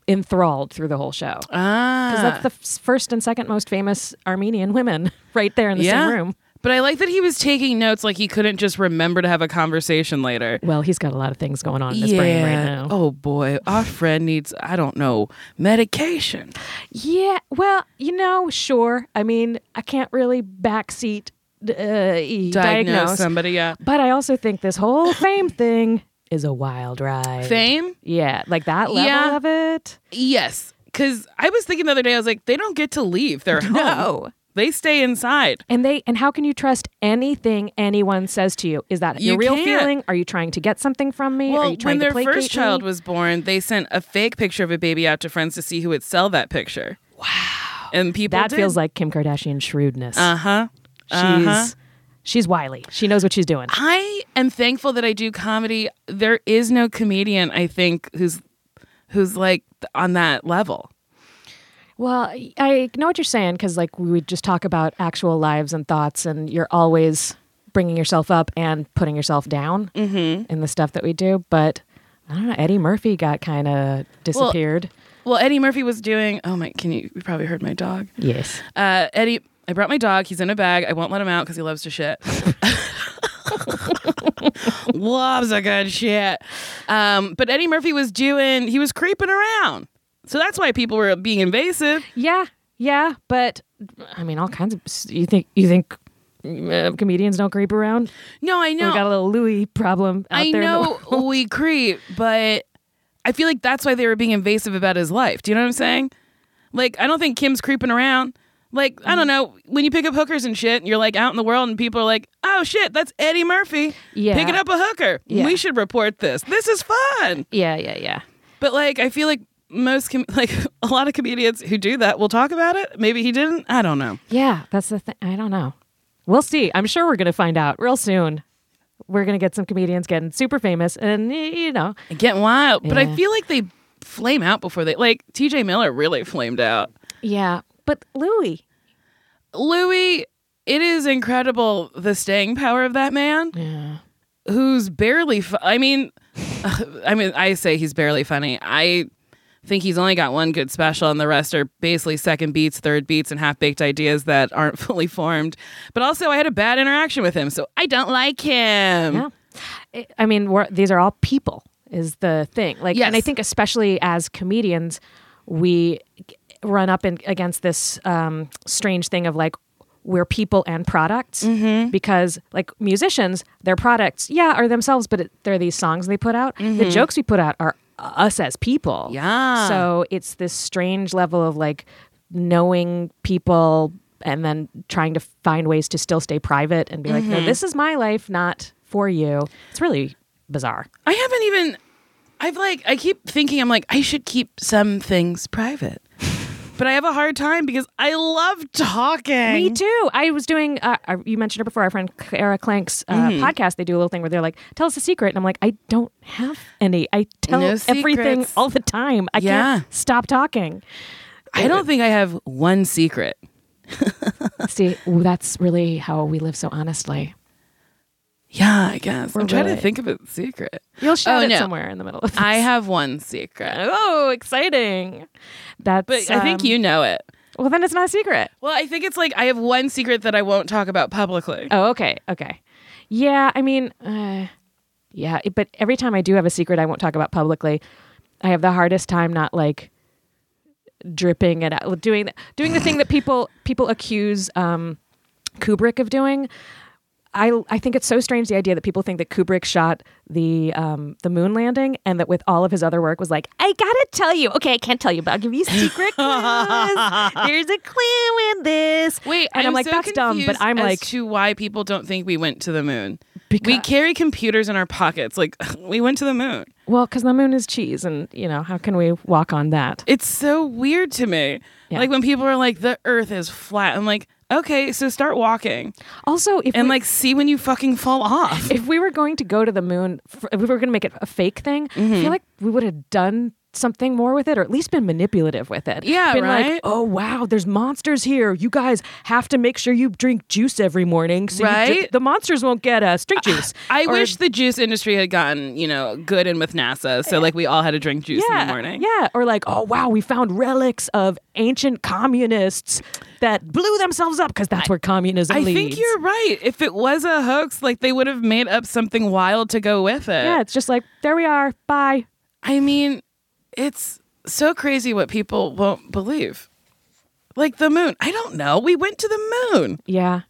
A: enthralled through the whole show.
B: Ah.
A: Because that's the f- first and second most famous Armenian women (laughs) right there in the same room.
B: But I like that he was taking notes like he couldn't just remember to have a conversation later.
A: Well, he's got a lot of things going on in his brain right now.
B: Oh boy, our friend needs I don't know medication.
A: Yeah. Well, you know, sure. I mean, I can't really backseat uh, e-
B: Diagnose,
A: diagnose,
B: somebody. Yeah,
A: but I also think this whole fame thing is a wild ride.
B: fame.
A: Yeah, like that level
B: Yeah.
A: of it.
B: Yes, because I was thinking the other day I was like they don't get to leave their
A: (laughs)
B: home.
A: No.
B: They stay inside.
A: And they and how can you trust anything anyone says to you? Is that
B: You
A: your real
B: can't.
A: feeling? Are you trying to get something from me? Are
B: Well,
A: you trying
B: when
A: to
B: their
A: placate
B: first child
A: me?
B: was born, they sent a fake picture of a baby out to friends to see who would sell that picture. Wow. And people
A: that
B: did.
A: feels like Kim Kardashian shrewdness.
B: uh huh.
A: She's she's wily. She knows what she's doing.
B: Uh-huh. I am thankful that I do comedy. There is no comedian I think who's who's like on that level.
A: Well, I- I know what you're saying because like we would just talk about actual lives and thoughts, and you're always bringing yourself up and putting yourself down
B: Mm-hmm.
A: in the stuff that we do. But I don't know. Eddie Murphy got kind of disappeared.
B: Well, Eddie Murphy was doing. Oh my! Can you? You probably heard my dog.
A: yes.
B: Uh, Eddie, I brought my dog. He's in a bag. I won't let him out because he loves to shit. loves a good shit. Um, but Eddie Murphy was doing. He was creeping around. So that's why people were being invasive.
A: Yeah. Yeah. But I mean, all kinds of. You think you think uh, comedians don't creep around?
B: No, I know.
A: We got a little Louis problem out
B: I
A: there. in the (laughs)
B: know we creep, but I feel like that's why they were being invasive about his life. Do you know what I'm saying? Like, I don't think Kim's creeping around. Like, I
A: Mm.
B: don't know, when you pick up hookers and shit, you're like out in the world and people are like, oh shit, that's Eddie Murphy
A: Yeah.
B: picking up a hooker.
A: Yeah.
B: We should report this. This is fun.
A: Yeah, yeah, yeah.
B: But like, I feel like most, com- (laughs) like a lot of comedians who do that will talk about it. Maybe he didn't. I don't know.
A: Yeah, that's the thing. I don't know. We'll see. I'm sure we're going to find out real soon. We're going to get some comedians getting super famous and, y- you know,
B: Getting wild. But
A: Yeah.
B: I feel like they flame out before they, like, TJ Miller really flamed out.
A: yeah. But Louis,
B: Louis, it is incredible the staying power of that man.
A: Yeah.
B: Who's barely fu- I mean (laughs) I mean I say he's barely funny. I think he's only got one good special and the rest are basically second beats, third beats and half-baked ideas that aren't (laughs) fully formed. But also I had a bad interaction with him, so I don't like him.
A: Yeah. I- I mean, we're, these are all people, is the thing. Like, and I
B: Yes.
A: think especially as comedians, we g- run up in, against this um, strange thing of like, we're people and products
B: Mm-hmm.
A: because, like musicians, their products, yeah, are themselves, but it, they're these songs they put out. The jokes we put out are us as people.
B: Mm-hmm. Yeah.
A: So it's this strange level of like knowing people and then trying to find ways to still stay private and be like,
B: Mm-hmm.
A: no, this is my life, not for you. It's really bizarre.
B: I haven't even. I've like. I keep thinking. I'm like. I should keep some
A: (laughs)
B: things private, but I have a hard time because I love talking.
A: Me too. I was doing, uh, uh, you mentioned it before, our friend Clara Clank's uh,
B: Mm-hmm.
A: podcast. They do a little thing where they're like, tell us a secret. And I'm like, I don't have any. I tell
B: No
A: everything
B: secrets.
A: all the time. I
B: Yeah.
A: can't stop talking. (laughs)
B: I don't think I have one secret.
A: See, ooh, that's really how we live so honestly.
B: Yeah, I guess. I'm trying
A: really-
B: to think of a secret.
A: You'll shout
B: Oh,
A: it
B: no.
A: somewhere in the middle of this.
B: I have one secret,
A: (laughs) Oh, exciting. That's
B: but I think
A: um,
B: you know it.
A: Well, then it's not a secret.
B: Well, I think it's like I have one secret that I won't talk about publicly.
A: Oh, okay. Okay. Yeah, I mean, uh, yeah, it- but every time I do have a secret I won't talk about publicly, I have the hardest time not like dripping it out doing doing the thing that people people accuse um Kubrick of doing. I I think it's so strange the idea that people think that Kubrick shot the um, the moon landing and that with all of his other work was like I gotta tell you okay I can't tell you but I'll give you a
B: (laughs)
A: secret clues there's a clue in this
B: Wait,
A: and I'm, like
B: so
A: that's dumb but
B: confused
A: I'm
B: as
A: like
B: to why people don't think we went to the moon. we
A: Because-
B: carry computers in our pockets, like (laughs) we went to the moon.
A: well because the moon is cheese and you know how can we walk on that
B: It's so weird to me.
A: Yeah.
B: Like when people are like, the earth is flat. I'm like, okay, so start walking
A: also if
B: and
A: we-
B: like see when you fucking fall off.
A: if we were going to go to the moon, f- if we were going to make it a fake thing, I
B: Mm-hmm.
A: feel like we would have done something more with it, or at least been manipulative with it.
B: Yeah,
A: been like,
B: right?
A: oh wow, there's monsters here. You guys have to make sure you drink juice every morning, so you ju-
B: Right?
A: the monsters won't get us. Drink juice.
B: I
A: Or-
B: wish the juice industry had gotten, you know, good in with NASA. So like we all had to drink juice
A: Yeah,
B: in the morning.
A: yeah, or like, oh wow, we found relics of ancient communists that blew themselves up because that's where communism
B: I
A: leads.
B: think you're right. If it was a hoax, like they would have made up something wild to go with it.
A: Yeah, it's just like there we are. Bye.
B: I mean, it's so crazy what people won't believe. Like the moon. I don't know. We went to the moon.
A: Yeah.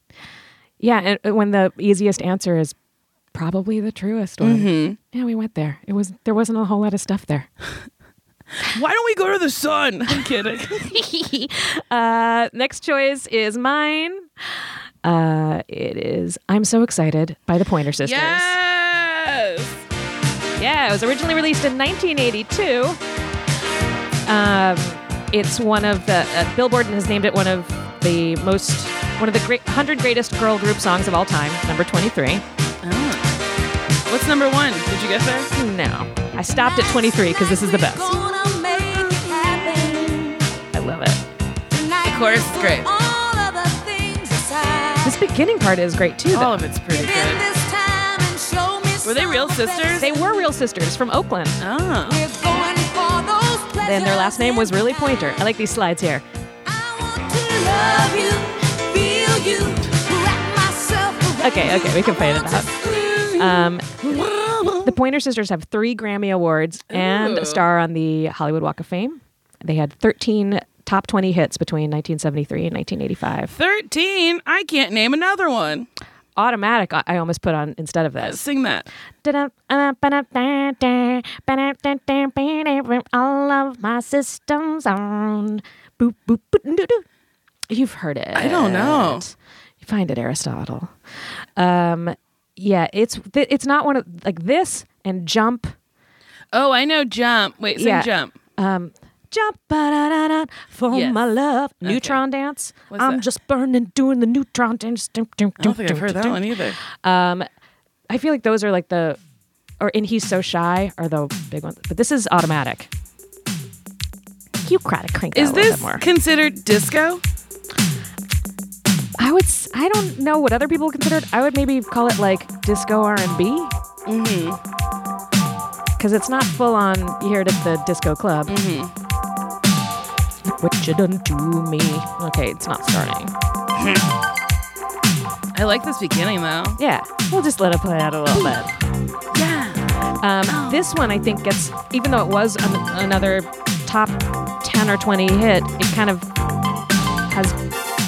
A: Yeah. And uh, when the easiest answer is probably the truest one. Yeah, we went there. It was there wasn't a whole lot of stuff there.
B: Why don't we go to the sun? (laughs) I'm kidding.
A: Uh, next choice is mine. Uh, it is I'm so excited by the Pointer Sisters.
B: yes.
A: Yeah, it was originally released in 1982. Um, it's one of the uh, Billboard has named it one of the most one of the great 100 greatest girl group songs of all time, number 23.
B: What's number one? Did you get there?
A: No. I stopped at 23 because this is the best. I love it.
G: Of
B: course, great.
G: All of the things aside.
A: This beginning part is great too,
B: All
A: though.
B: of it's pretty
G: Spend
B: good.
G: this time and show me
B: Were they real
G: some
B: sisters?
A: They were real sisters from Oakland,
B: Ah.
G: We're going for those
A: and their last name was
G: pleasures
A: really
G: in
A: Pointer. I like these slides here.
G: I want to love you, feel you, wrap myself around
A: Okay, okay, we can play it out. Um, the Pointer Sisters have three Grammy Awards and a star on the Hollywood Walk of Fame. They had 13 top 20 hits between 1973 and 1985.
B: 13. I can't name another one.
A: Automatic, I I almost put on instead of this.
B: Sing that.
A: All of my systems on. Boop, boop, boop, doo, doo. You've heard it. I
B: don't know.
A: You find it Aristotle. Um, yeah, it's th- it's not one of like this and jump,
B: Oh, I know jump. Wait, sing
A: Yeah.
B: jump.
A: um, jump, ba-da-da-da, for
B: Yes.
A: my love, neutron dance.
B: What's
A: I'm
B: that?
A: just burning, doing the neutron dance. Dum, dum,
B: I don't think I've heard that one either.
A: Um, I feel like those are like the, or in He's So Shy are the big ones, but this is automatic. You gotta crank that
B: Is
A: a little bit
B: this
A: more.
B: considered disco?
A: I would. s- I don't know what other people consider it. I would maybe call it like disco R and B. Mm-hmm. Because it's not full on. You hear it at the disco club. Mm-hmm. What you done to me? Okay, it's not starting.
B: I like this beginning though.
A: Yeah, we'll just let it play out a little bit. Yeah.
B: Oh.
A: Um, This one, I think, gets, even though it was an, another top 10 or 20 hit, it kind of has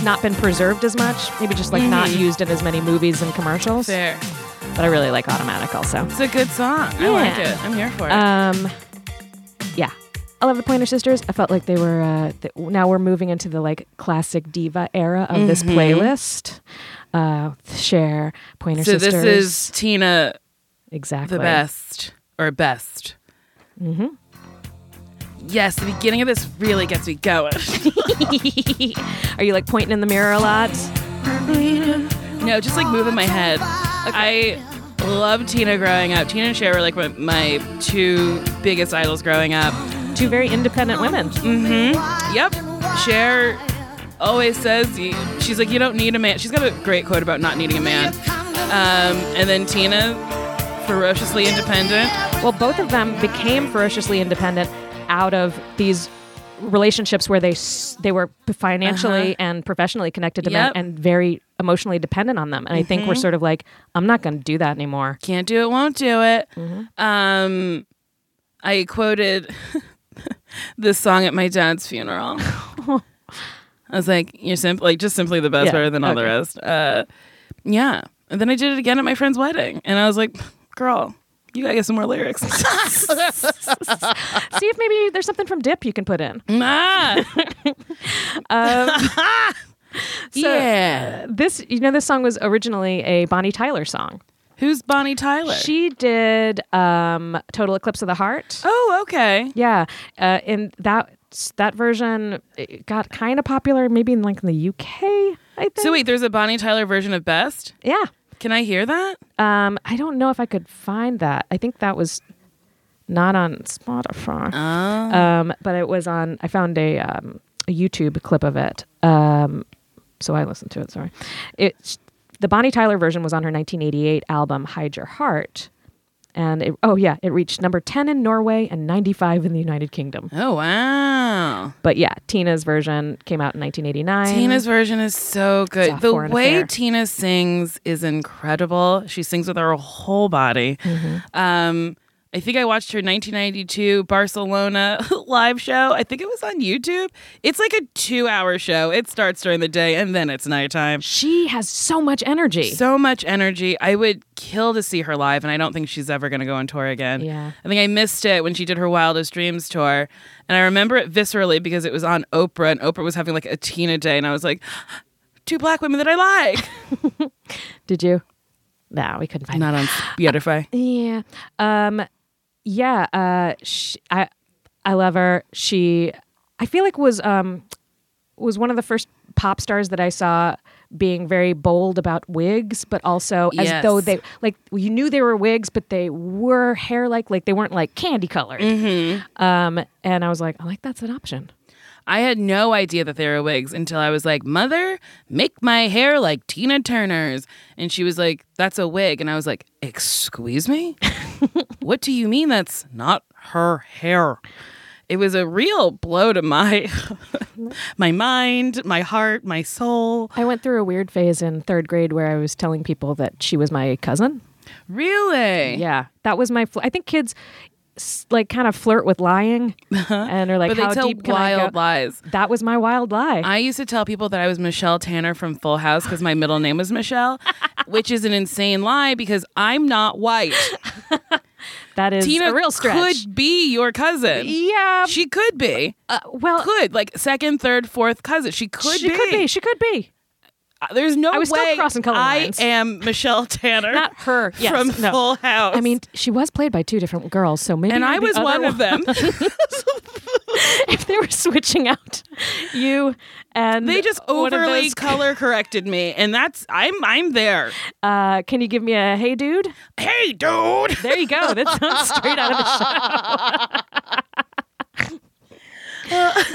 A: not been preserved as much. Maybe just like not
B: Mm-hmm.
A: used in as many movies and commercials.
B: There.
A: But I really like Automatic also.
B: It's a good song. I like
A: Yeah.
B: it. I'm here for it.
A: Um, yeah. I love the Pointer Sisters. I felt like they were. Uh, th- now we're moving into the like classic diva era of this
B: Mm-hmm.
A: playlist. Uh, Cher, Pointer
B: so
A: Sisters.
B: this is Tina
A: exactly
B: the best or best. Mm-hmm. Yes, the beginning of this really gets me going. (laughs)
A: Are you like pointing in the mirror a lot?
B: no, just like moving my head. I loved Tina growing up. Tina and Cher were like my- my two biggest idols growing up.
A: Two very independent women.
B: Mm. Yep. Cher always says you- she's like you don't need a man. She's got a great quote about not needing a man. Um, and then Tina, ferociously independent.
A: Well, both of them became ferociously independent out of these relationships where they s- they were p- financially and professionally connected to
B: Uh-huh. Yep. Mm-hmm.
A: men and very emotionally dependent on them. And I think we're sort of like, I'm not going to do that anymore.
B: can't do it, won't do it.
A: Mm-hmm.
B: Um, I quoted (laughs) this song at my
A: (laughs)
B: dad's funeral. I was like, "You're simple, like just simply the best,
A: Yeah,
B: better than all the
A: okay.
B: rest." Uh, yeah, and then I did it again at my friend's wedding, and I was like, "Girl, you gotta get some
A: (laughs)
B: more lyrics." (laughs) Uh,
A: See if maybe there's something from Dip you can put in.
B: Ah. yeah.
A: This, you know, this song was originally a Bonnie Tyler song.
B: Who's Bonnie Tyler?
A: She did um, "Total Eclipse of the Heart."
B: oh, okay.
A: Yeah, uh, and that that version it got kind of popular, maybe in like the UK. I think.
B: So wait, there's a Bonnie Tyler version of Best.
A: yeah.
B: Can I hear that?
A: Um, I don't know if I could find that. I think that was not on Spotify.
B: Ah.
A: Um, but it was on. I found a um, a YouTube clip of it. Um, so I listened to it. Sorry, it the Bonnie Tyler version was on her 1988 album Hide Your Heart. And it, oh yeah, it reached number ten in Norway and ninety five in the United Kingdom.
B: Oh wow.
A: But yeah, Tina's version came out in 1989.
B: Tina's version is so
A: It's
B: good.
A: a
B: The
A: foreign
B: way
A: affair.
B: Tina sings is incredible. She sings with her whole body.
A: Mm-hmm.
B: Um, I think I watched her 1992 Barcelona (laughs) live show. I think it was on YouTube. It's like a two hour show. It starts during the day and then it's nighttime.
A: she has so much energy.
B: So much energy. I would kill to see her live, and I don't think she's ever going to go on tour again.
A: Yeah.
B: I think I missed it when she did her Wildest Dreams tour, and I remember it viscerally because it was on Oprah, and Oprah was having like a Tina day, and I was like, (gasps) two black women that I like.
A: Did you? No, we couldn't find
B: Not (laughs) on Spotify.
A: Yeah. Um yeah, uh sh I I love her. She I feel like was um was one of the first pop stars that I saw being very bold about wigs, but also as
B: Yes.
A: though they like you knew they were wigs, but they were hair like like they weren't like candy colored.
B: Mm-hmm.
A: Um and I was like, I like that's an option.
B: I had no idea that they were wigs until I was like, Mother, make my hair like Tina Turner's. And she was like, That's a wig. And I was like,
A: (laughs)
B: Excuse me? what do you mean that's not her hair? It was a real blow to my (laughs) my mind, my heart, my soul.
A: I went through a weird phase in third grade where I was telling people that she was my cousin.
B: Really?
A: Yeah, that was my. Fl- I think kids s- like kind of flirt with lying
B: Uh-huh.
A: and are like,
B: But they
A: how
B: tell
A: deep can I
B: wild
A: go?
B: lies.
A: That was my wild lie.
B: I used to tell people that I was Michelle Tanner from Full House because my middle
A: (laughs)
B: name was Michelle, which is an insane lie because I'm not white.
A: That is
B: Tina
A: a real stretch.
B: could be your cousin.
A: yeah.
B: She could be.
A: uh, well,
B: could like second, third, fourth cousin. She could
A: she
B: be.
A: could be. She could be.
B: Uh, There's no
A: I was still
B: way
A: crossing color
B: I
A: lines.
B: am Michelle Tanner.
A: Not
B: (laughs)
A: her. Yes.
B: from
A: no.
B: Full House.
A: I mean, she was played by two different girls, so maybe.
B: and
A: you're
B: I
A: the
B: was
A: other
B: one of them.
A: (laughs) if they were switching out (laughs) you and
B: They just
A: one of
B: overly
A: those-
B: color corrected me, and that's I'm I'm there.
A: uh, can you give me a hey dude?
B: Hey, dude.
A: There you go. (laughs) That sounds straight out of the
B: (laughs)
A: show.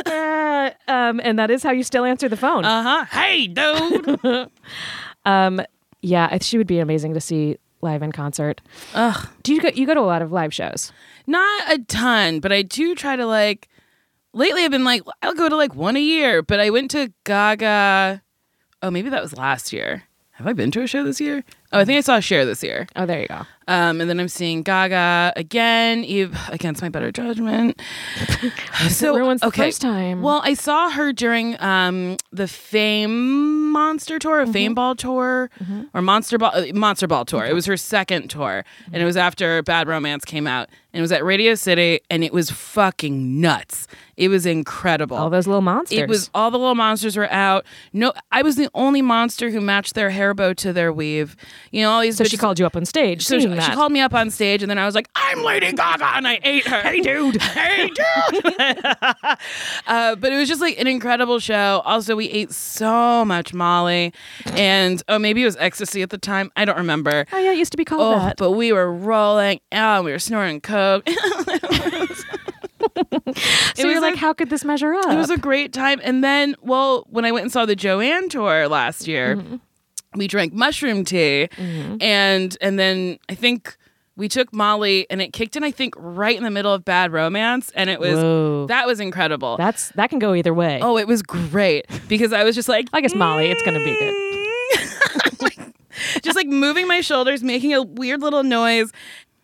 A: Uh, um, and that is how you still answer the phone.
B: Uh huh. Hey, dude.
A: yeah, I- she would be amazing to see live in concert. Ugh. Do you go? You go to a lot of live shows.
B: Not a ton, but I do try to like. Lately, I've been like, I'll go to like one a year, but I went to Gaga. Oh, maybe that was last year. Have I been to a show this year? Oh, I think I saw a Cher this year.
A: Oh, there you go.
B: Um, and then I'm seeing Gaga again, Eve against my
A: (laughs)
B: better judgment. so
A: ruins the first time.
B: Well, I saw her during um the Fame Monster Tour, or
A: Mm-hmm.
B: Fame Ball Tour, or Monster Ball uh, Monster Ball Tour. It was her second tour,
A: Mm-hmm.
B: and it was after Bad Romance came out, and it was at Radio City, and it was fucking nuts. It was incredible.
A: All those little monsters.
B: It was all the little monsters were out. No, I was the only monster who matched their hair bow to their weave. You know, all these
A: So she
B: bitches-
A: called you up on stage.
B: so she,
A: singing
B: she
A: that.
B: called me up on stage, and then I was like, "I'm Lady Gaga," and I ate her. Hey, dude. (laughs) hey, dude. uh, but it was just like an incredible show. Also, we ate so much Molly, and oh, maybe it was ecstasy at the time. I don't remember.
A: Oh yeah, it used to be called
B: Oh,
A: that.
B: but we were rolling. Oh, and we were snorting coke. (laughs)
A: so
B: was
A: you're like,
B: a-
A: how could this measure up?
B: It was a great time. And then, well, when I went and saw the Joanne tour last year,
A: Mm-hmm.
B: we drank mushroom tea, and and then I think we took Molly, and it kicked in. I think right in the middle of Bad Romance, and it was
A: Whoa.
B: that was incredible.
A: That's that can go either way.
B: oh, it was great because I was just like,
A: I guess Molly, it's gonna be good.
B: just (laughs) like moving my shoulders, making a weird little noise.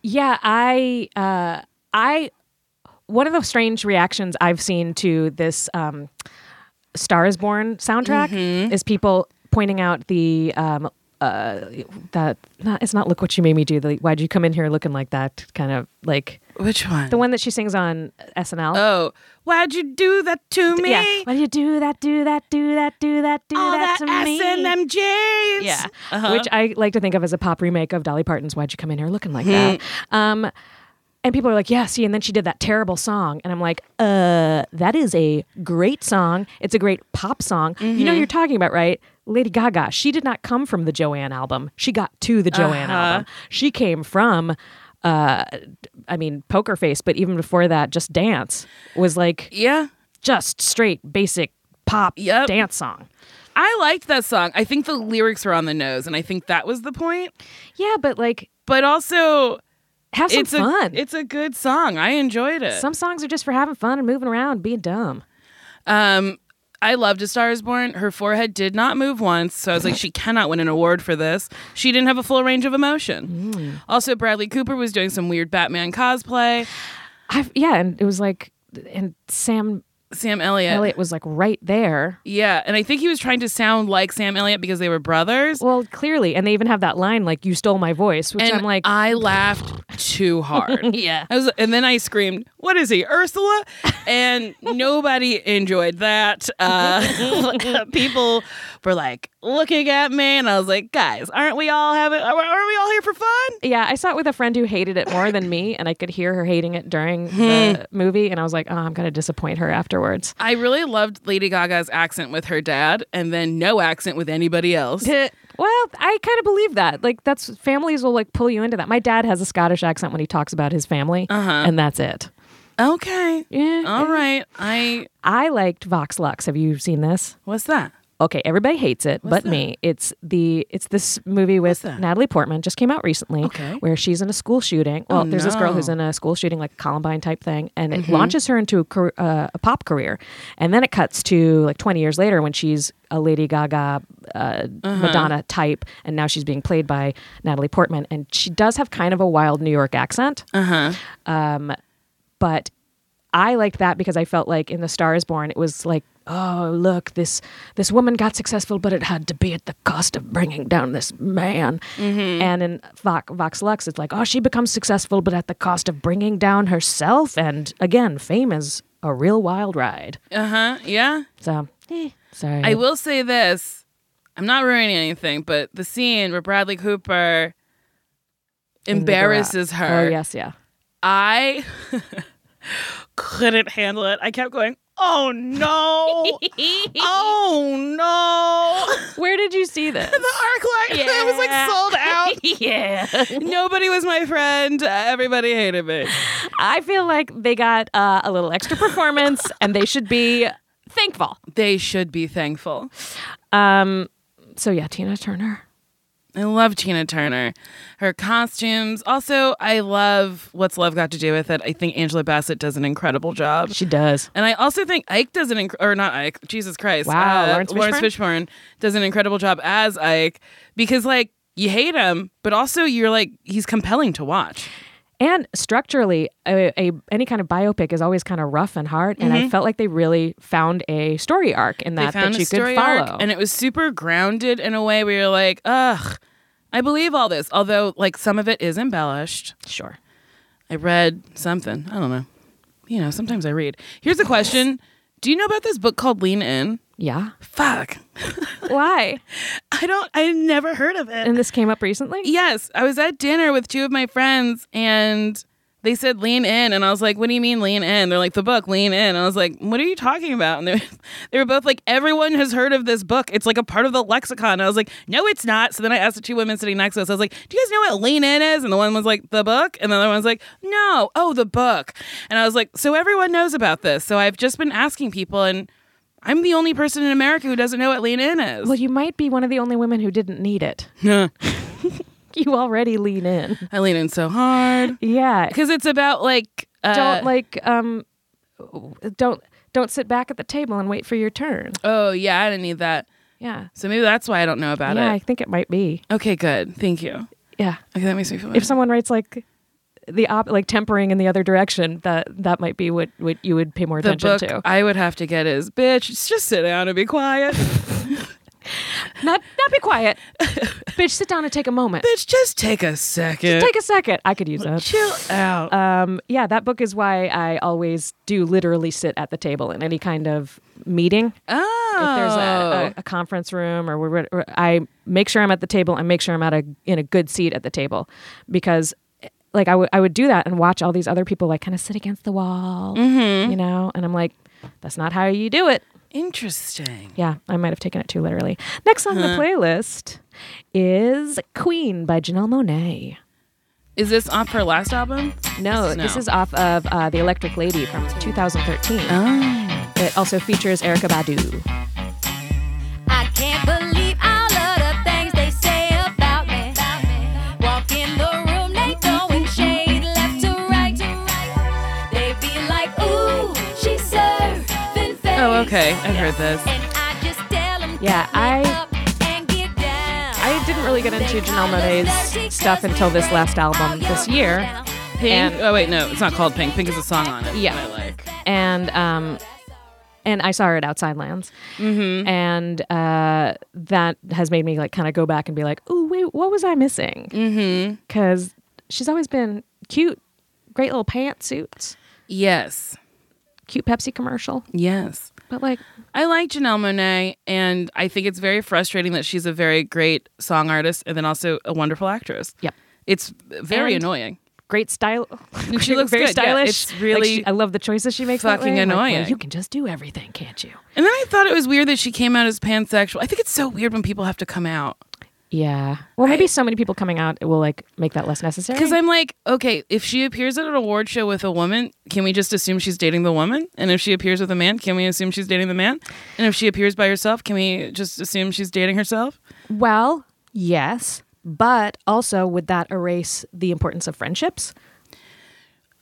A: Yeah, I uh I one of the strange reactions I've seen to this um Star is Born soundtrack
B: Mm-hmm.
A: is people pointing out the um uh that not it's not look what you made me do the why'd you come in here looking like that kind of like
B: Which one?
A: the one that she sings on SNL.
B: Oh, why'd you do that to me?
A: yeah. Why do you do that, do that, do that, do that, do
B: All
A: that,
B: that,
A: to me?
B: S&M James.
A: Yeah,
B: Uh-huh.
A: which I like to think of as a pop remake of Dolly Parton's "Why'd You Come In Here Looking Like That."
B: Hmm.
A: Um, and people are like, "Yeah, see," and then she did that terrible song, and I'm like, "Uh, that is a great song. It's a great pop song. You
B: Mm-hmm.
A: know, what you're talking about right." Lady Gaga, she did not come from the Joanne album. She got to the
B: Uh-huh.
A: Joanne album. She came from, uh, I mean, Poker Face, but even before that, Just Dance was like
B: Yeah.
A: just straight basic pop
B: Yep.
A: dance song.
B: I liked that song. I think the lyrics were on the nose, and I think that was the point.
A: Yeah, but like,
B: But also,
A: have some
B: it's
A: fun.
B: a it's a good song. I enjoyed
A: (laughs)
B: it.
A: Some songs are just for having fun and moving around, being dumb.
B: um, I loved A Star Is Born. Her forehead did not move once, so I was like, she cannot win an award for this. She didn't have a full range of emotion.
A: Mm.
B: Also, Bradley Cooper was doing some weird Batman cosplay.
A: I've, yeah, and it was like, and Sam
B: Sam Elliott.
A: Elliott was like right there.
B: Yeah, and I think he was trying to sound like Sam Elliott because they were brothers.
A: Well, clearly, and they even have that line like "You stole my voice," which
B: and
A: I'm like,
B: I laughed too
A: (laughs)
B: hard.
A: yeah,
B: I was, and then I screamed, "What is he, Ursula?" And nobody enjoyed that. Uh, (laughs) people were like looking at me, and I was like, "Guys, aren't we all having? Are, are we all here for fun?"
A: yeah. I saw it with a friend who hated it more than (laughs) me, and I could hear her hating it during the movie, and I was like, oh, I'm gonna disappoint her (laughs) afterwards.
B: I really loved Lady Gaga's accent with her dad, and then no accent with
A: (laughs)
B: anybody else.
A: well, I kind of believe that. Like, that's families will like pull you into that. My dad has a Scottish accent when he talks about his family, and that's it. Oh.
B: Okay,
A: Uh-huh. Yeah.
B: all right. I
A: I liked Vox Lux. Have you seen this?
B: what's that?
A: okay, everybody hates it, but me. It's the it's this movie with Natalie Portman just came out recently,
B: Okay. Oh,
A: where she's in a school shooting. Well, there's this girl
B: no. Mm-hmm.
A: who's in a school shooting, like a Columbine type thing, and it launches her into a, car- uh, a pop career, and then it cuts to like 20 years later when she's a Lady Gaga, uh,
B: Uh-huh.
A: Madonna type, and now she's being played by Natalie Portman, and she does have kind of a wild New York accent
B: Uh-huh.
A: Um, but I liked that because I felt like in The Star is Born, it was like oh look this this woman got successful but it had to be at the cost of bringing down this man
B: Mm-hmm.
A: and in Vox, Vox Lux it's like oh she becomes successful but at the cost of bringing down herself and again fame is a real wild ride
B: Uh huh. Yeah.
A: so eh, sorry
B: I will say this. I'm not ruining anything, but the scene where Bradley Cooper
A: In the garage.
B: embarrasses her.
A: oh yes yeah
B: I (laughs) couldn't handle it. I kept going, oh (laughs) no. oh no.
A: where did you see this
B: (laughs) The arc light (laughs) it was
A: Yeah.
B: like
A: yeah
B: (laughs) sold out. Nobody was my friend. Everybody hated me.
A: I feel like they got uh, a little extra performance and they should be thankful.
B: They should be thankful.
A: Um, so, yeah, Tina Turner.
B: I love Tina Turner. Her costumes. Also, I love What's Love Got to Do with It. I think Angela Bassett does an incredible job.
A: She does.
B: And I also think Ike does an inc- or not Ike, Jesus Christ. uh,
A: Wow, Lawrence
B: Fishburne does an incredible job as Ike because like you hate him, but also you're like he's compelling to watch.
A: And structurally, a, a, any kind of biopic is always kind of rough and hard. And
B: Mm-hmm.
A: I felt like they really found a story arc in that that you could follow.
B: and it was super grounded in a way where you're like, ugh, I believe all this. Although like some of it is embellished.
A: sure.
B: I read something. I don't know. You know, sometimes I read. Here's a question. Do you know about this book called Lean In?
A: Yeah.
B: Fuck.
A: Why?
B: I don't I never heard of it.
A: And this came up recently?
B: Yes, I was at dinner with two of my friends and they said lean in and I was like, "What do you mean lean in?" They're like, "The book Lean In." And I was like, "What are you talking about?" And they were, (laughs) they were both like, "Everyone has heard of this book. It's like a part of the lexicon." And I was like, "No, it's not." So then I asked the two women sitting next to us. I was like, "Do you guys know what lean in is?" And the one was like, "The book." And the other one was like, "No, oh, the book." And I was like, "So everyone knows about this." So I've just been asking people and I'm the only person in America who doesn't know what lean in is.
A: Well, you might be one of the only women who didn't need
B: (laughs)
A: it. (laughs) you already lean in.
B: I lean in so hard. (laughs)
A: Yeah.
B: because it's about like uh,
A: Don't like, um, don't. Don't sit back at the table and wait for your turn.
B: oh yeah i didn't need that
A: Yeah.
B: so maybe that's why i don't know about
A: yeah, I
B: it
A: think it might be.
B: okay good thank you
A: Yeah.
B: okay that makes me feel
A: If
B: better.
A: someone writes like the op- like tempering in the other direction, that that might be what, what you would pay more
B: the
A: attention
B: book
A: to.
B: i would have to get is bitch just sit down and
A: (laughs)
B: be quiet
A: not not be quiet. (laughs) Bitch, sit down and take a
B: (laughs)
A: moment.
B: bitch just take a second
A: Take a second. I could use that.
B: chill out
A: Um, yeah, that book is why I always do literally sit at the table in any kind of meeting.
B: oh
A: If there's a, uh, a, a conference room or, we're, or I make sure I'm at the table, I make sure I'm at a in a good seat at the table because like I would I would do that and watch all these other people like kind of sit against the wall,
B: Mm-hmm.
A: you know, and I'm like, that's not how you do it.
B: interesting
A: Yeah, I might have taken it too literally. Next on the playlist is Queen by Janelle Monet.
B: is this off her last album
A: No,
B: No.
A: this is off of uh, The Electric Lady from 2013.
B: Oh.
A: It also features Erica Badu.
G: I can't believe all of the things they say about me. Walk in the room, they throwing shade left to right. They be like, ooh, she's surfing face.
B: oh okay i've heard this
G: And I just tell 'em,
A: Yeah,
G: "Pick me
A: I-
G: up and get down."
A: I didn't really get into Janelle Monet's stuff until this last album this year.
B: pink
A: And-
B: oh wait no it's not called pink pink is a song on it
A: Yeah.
B: that i like
A: and um and I saw her at Outside Lands, mm-hmm. and uh, that has made me like kind of go back and be like, "Oh wait, what was I missing?"
B: Mm-hmm.
A: Because she's always been cute, great little pantsuits,
B: yes
A: cute Pepsi commercial,
B: yes
A: but like,
B: I like Janelle Monet, and I think it's very frustrating that she's a very great song artist and then also a wonderful actress.
A: yep,
B: It's very
A: And
B: annoying.
A: (laughs) great style.
B: she looks
A: very
B: good, yeah.
A: stylish.
B: It's
A: Like,
B: really
A: she- I love the choices she makes. that
B: fucking
A: way. Like, well,
B: annoying.
A: you can just do everything, can't you?
B: And then I thought it was weird that she came out as pansexual. I think it's so weird when people have to come out.
A: Yeah. Well, maybe so many people coming out will like make that less necessary.
B: Because I'm like, okay, if she appears at an award show with a woman, can we just assume she's dating the woman? And if she appears with a man, can we assume she's dating the man? And if she appears by herself, can we just assume she's dating herself?
A: Well, yes, but also would that erase the importance of friendships?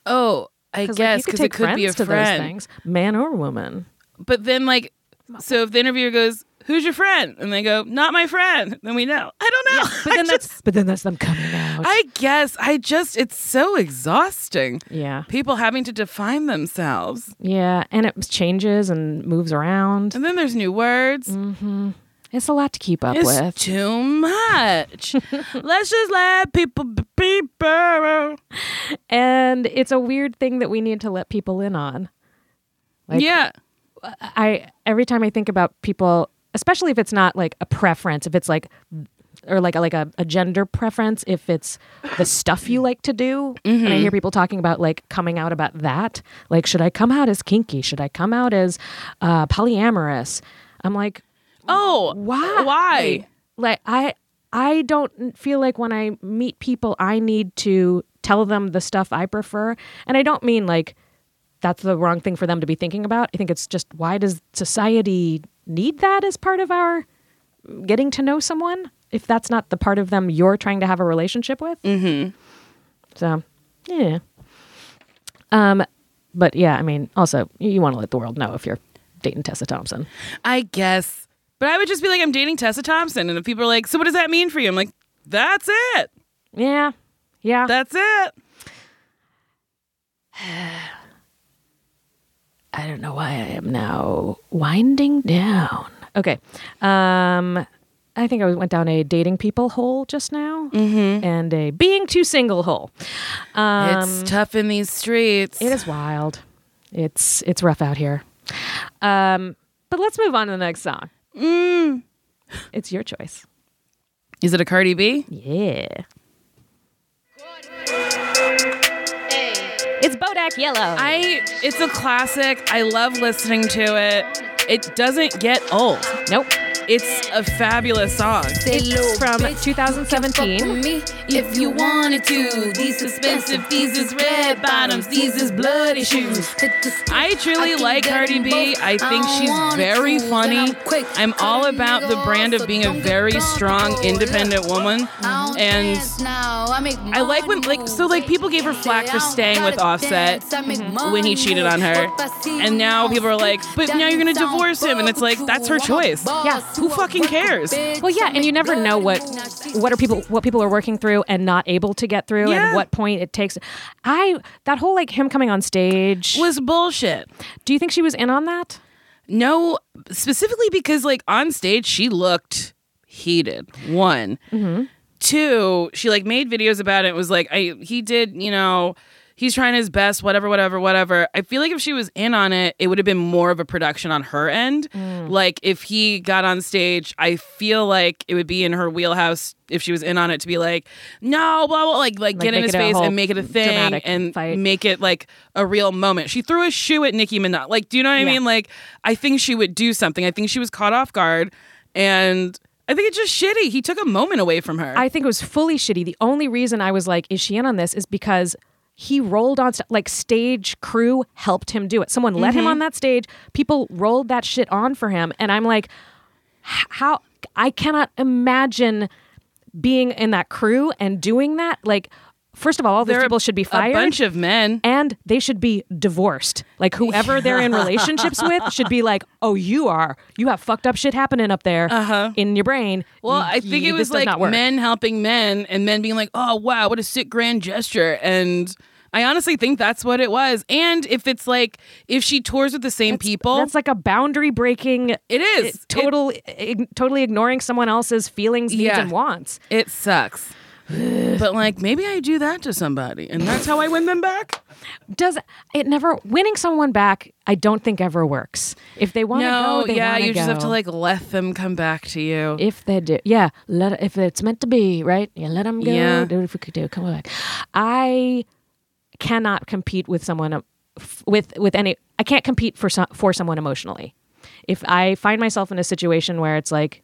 B: Oh, I
A: Because
B: guess
A: you could
B: because
A: take
B: it could
A: friends
B: be a
A: to
B: friend.
A: those things, man or woman.
B: But then, like, so if the interviewer goes, who's your friend? And they go, not my friend. Then we know. I don't know.
A: But then
B: (laughs) I
A: that's
B: just-
A: but then that's them coming out.
B: I guess I just it's so exhausting.
A: yeah.
B: People having to define themselves.
A: Yeah, and it changes and moves around.
B: And then there's new words.
A: Mm, It's a lot to keep up
B: It's
A: with. (laughs)
B: too much. Let's just let people b- be better.
A: And it's a weird thing that we need to let people in on. Like-
B: yeah.
A: I every time I think about people, especially if it's not like a preference, if it's like or like a, like a, a gender preference, if it's the stuff you like to do, and I hear people talking about like coming out about that, like should I come out as kinky? Should I come out as uh, polyamorous? I'm like,
B: Oh,
A: why?
B: Why?
A: Like I I don't feel like when I meet people I need to tell them the stuff I prefer. And I don't mean like that's the wrong thing for them to be thinking about. I think it's just why does society need that as part of our getting to know someone if that's not the part of them you're trying to have a relationship with? Mhm. So, yeah. Um but yeah, I mean, also you, you want to let the world know if you're dating Tessa Thompson.
B: I guess. But I would just be like, I'm dating Tessa Thompson. And if people are like, so what does that mean for you? I'm like, that's it.
A: Yeah. Yeah.
B: That's it.
A: I don't know why I am now winding down. Okay. Um I think I went down a dating people hole just now and a being too single hole. Um,
B: it's tough in these streets.
A: it is wild. It's it's rough out here. Um but let's move on to the next song. Mm. It's your choice.
B: Is it a Cardi B?
A: Yeah. It's Bodak Yellow.
B: I it's a classic. I love listening to it. It doesn't get old.
A: nope.
B: It's a fabulous song.
A: It's from 2017.
G: Me, if you wanted to, these expensive, these is red bottoms, these is bloody shoes.
B: I truly like Cardi B. I think she's very funny. I'm all about the brand of being a very strong, independent woman. Mm-hmm. And
G: I
B: I like when, like, so, like, people gave her flack for staying with Offset Mm-hmm. when he cheated on her. And now people are like, but now you're going to divorce him. And it's like, that's her choice.
A: Yeah.
B: Who fucking cares?
A: Well, yeah, and you never know what what are people what people are working through and not able to get through,
B: Yeah.
A: and what point it takes. I that whole like him coming on stage.
B: Was bullshit.
A: do you think she was in on that?
B: No, specifically because, like, on stage, she looked heated. One.
A: Mm-hmm.
B: Two, she, like, made videos about it. It was like, I, he did, you know, he's trying his best, whatever, whatever, whatever. I feel like if she was in on it, it would have been more of a production on her end.
A: Mm.
B: Like, if he got on stage, I feel like it would be in her wheelhouse if she was in on it to be like, no, blah, blah, like, like, get in
A: make
B: his
A: it a
B: face
A: whole
B: and make it a thing
A: dramatic
B: and
A: fight.
B: make it like a real moment. She threw a shoe at Nicki Minaj. Like, do you know what I
A: Yeah.
B: mean? Like, I think she would do something. I think she was caught off guard, and I think it's just shitty. He took a moment away from her.
A: I think it was fully shitty. The only reason I was like, is she in on this? Is because he rolled on st- like stage crew helped him do it. Someone let
B: Mm-hmm.
A: him on that stage. People rolled that shit on for him, and I'm like, h- how? I cannot imagine being in that crew and doing that. Like, first of all, all these
B: They're
A: people should be fired.
B: A bunch of men.
A: and they should be divorced. Like whoever they're in relationships
B: (laughs)
A: with should be like, "Oh, you are. You have fucked up shit happening up there in your brain."
B: Uh-huh. Well,
A: Y-
B: I think
A: y- this
B: it was
A: does
B: like
A: not work.
B: men helping men, and men being like, "Oh wow, what a sick grand gesture." And I honestly think that's what it was. And if it's like if she tours with the same people,
A: That's like a boundary breaking.
B: it is It-
A: total, ig- totally ignoring someone else's feelings, needs,
B: Yeah.
A: and wants.
B: It
A: (sighs)
B: sucks. but like maybe I do that to somebody and that's how I win them back.
A: Does it never winning someone back? I don't think ever works. If they want to
B: No,
A: go, they
B: yeah,
A: wanna
B: you just have to
A: go.
B: like let them come back to you.
A: If they do, yeah, let if it's meant to be, right? Yeah, let them go.
B: Yeah.
A: Do it if we could do. it, Come back. I cannot compete with someone uh, f- with with any. I can't compete for some, for someone emotionally. If I find myself in a situation where it's like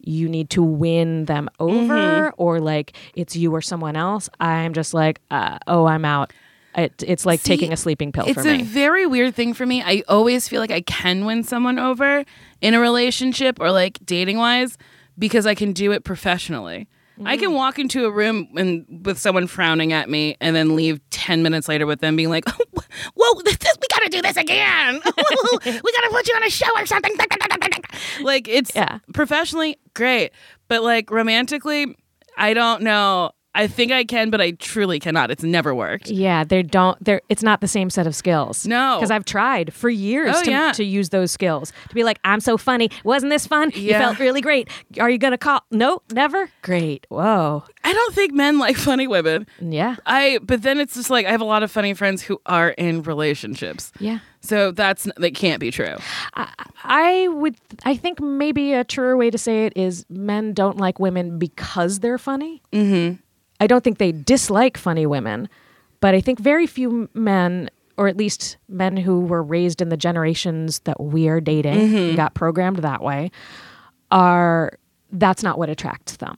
A: you need to win them over,
B: Mm-hmm.
A: or like it's you or someone else, I'm just like, uh, oh, I'm out. It, it's like taking a sleeping pill
B: It's
A: Oh, for
B: a
A: me.
B: very weird thing for me. I always feel like I can win someone over in a relationship or like dating wise because I can do it professionally. I
A: Mm-hmm.
B: can walk into a room and with someone frowning at me and then leave 10 minutes later with them being like, "Oh, (laughs) "Whoa, this, this, we got to do this again. we got to put you on a show or something." (laughs) Like it's
A: Yeah.
B: professionally great, but like romantically, I don't know. I think I can, but I truly cannot. It's never worked.
A: Yeah, they don't. They're it's not the same set of skills.
B: No.
A: because I've tried for years
B: Oh,
A: to,
B: yeah.
A: to use those skills to be like, I'm so funny. Wasn't this fun? You
B: Yeah.
A: felt really great. Are you gonna call? No, never. Great. Whoa.
B: I don't think men like funny women.
A: Yeah.
B: I but then it's just like I have a lot of funny friends who are in relationships.
A: Yeah.
B: So that's that can't be true.
A: I would. I think maybe a truer way to say it is men don't like women because they're funny. Mm-hmm. I don't think they dislike funny women, but I think very few men, or at least men who were raised in the generations that we are dating,
B: Mm-hmm.
A: and got programmed that way, are. That's not what attracts them.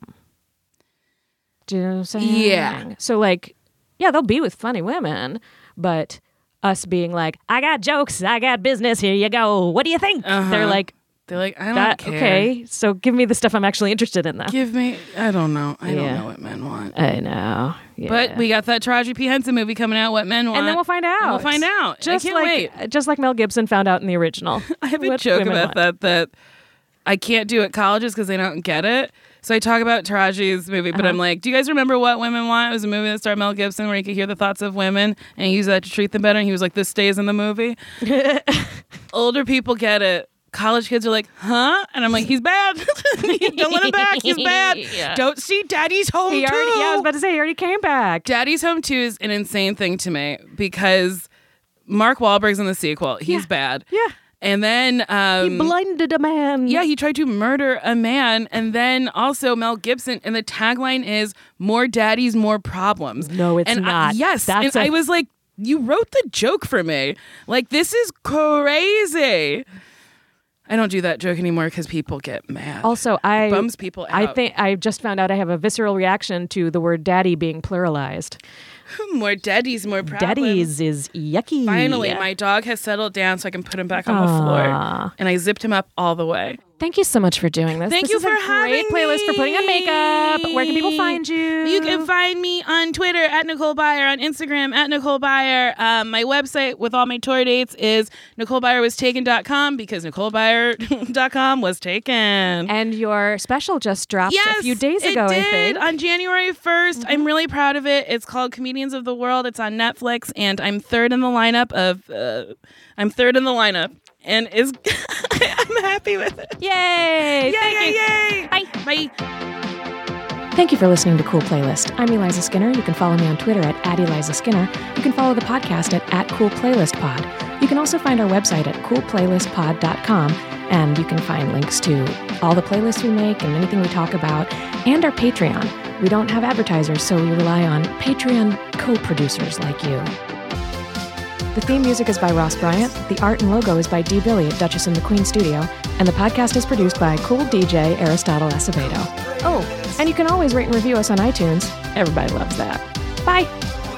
A: Do you know what I'm saying?
B: Yeah.
A: So like, yeah, they'll be with funny women, but us being like, I got jokes, I got business, here you go. What do you think? They're like,
B: They're like, Uh-huh. I don't
A: that
B: care.
A: okay. So give me the stuff I'm actually interested in though.
B: Give me I don't know. I
A: Yeah.
B: don't know what men want.
A: I know. Yeah.
B: But we got that Taraji P. Henson movie coming out, what men want.
A: and then we'll find out.
B: we'll find out. I
A: Just
B: can't
A: like uh, just like Mel Gibson found out in the original.
B: (laughs) I have a joke about that that I can't do at colleges because they don't get it. So I talk about Taraji's movie, but
A: Uh-huh.
B: I'm like, do you guys remember what women want? It was a movie that starred Mel Gibson where he could hear the thoughts of women and use that to treat them better. And he was like, this stays in
A: (laughs)
B: the movie. Older people get it. College kids are like, huh? And I'm like, he's bad. (laughs) don't let him back. He's
A: (laughs)
B: bad. Don't see daddy's home
A: He already,
B: too.
A: yeah, I was about to say he already came back.
B: Daddy's Home 2 is an insane thing to me because Mark Wahlberg's in the sequel. He's bad.
A: Yeah.
B: And then um,
A: He blinded a man.
B: yeah, he tried to murder a man. And then also Mel Gibson. And the tagline is more daddies, more problems.
A: No, it's
B: and I-
A: not.
B: yes.
A: That's
B: and
A: a-
B: I was like, you wrote the joke for me. Like, this is crazy. I don't do that joke anymore because people get mad.
A: Also, I
B: bums people
A: I
B: out.
A: think I just found out I have a visceral reaction to the word daddy being pluralized.
B: (laughs) more daddies, more problems.
A: Daddies is yucky.
B: Finally, my dog has settled down so I can put him back on the floor. And I zipped him up all the way.
A: Thank you so much for doing this.
B: Thank
A: This
B: you
A: is
B: for
A: a
B: having
A: great playlist for putting on
B: me.
A: makeup. Where can people find you?
B: You can find me on Twitter at Nicole Byer, on Instagram at Nicole Byer. Um, my website with all my tour dates is NicoleByerWasTaken.com because NicoleByer.com was taken.
A: and your special just dropped
B: Yes,
A: a few days
B: it
A: ago. I
B: did,
A: think. Mm-hmm.
B: on January 1st I'm really proud of it. It's called Comedians of the World. It's on Netflix, and I'm third in the lineup of. Uh, I'm third in the lineup, and is (laughs) I'm happy with it.
A: Yay! Thank you.
B: Yay! Yay!
A: Bye.
B: Bye.
A: Thank you for listening to Cool Playlist. I'm Eliza Skinner. You can follow me on Twitter at, at Eliza Skinner. You can follow the podcast at, at Cool Playlist Pod. You can also find our website at coolplaylistpod.com, and you can find links to all the playlists we make and anything we talk about, and our Patreon. We don't have advertisers, so we rely on Patreon co producers like you. The theme music is by Ross Bryant, the art and logo is by D. Billy at Duchess and McQueen Studio, and the podcast is produced by cool DJ Aristotle Acevedo. Oh, and you can always rate and review us on iTunes. Everybody loves that. Bye!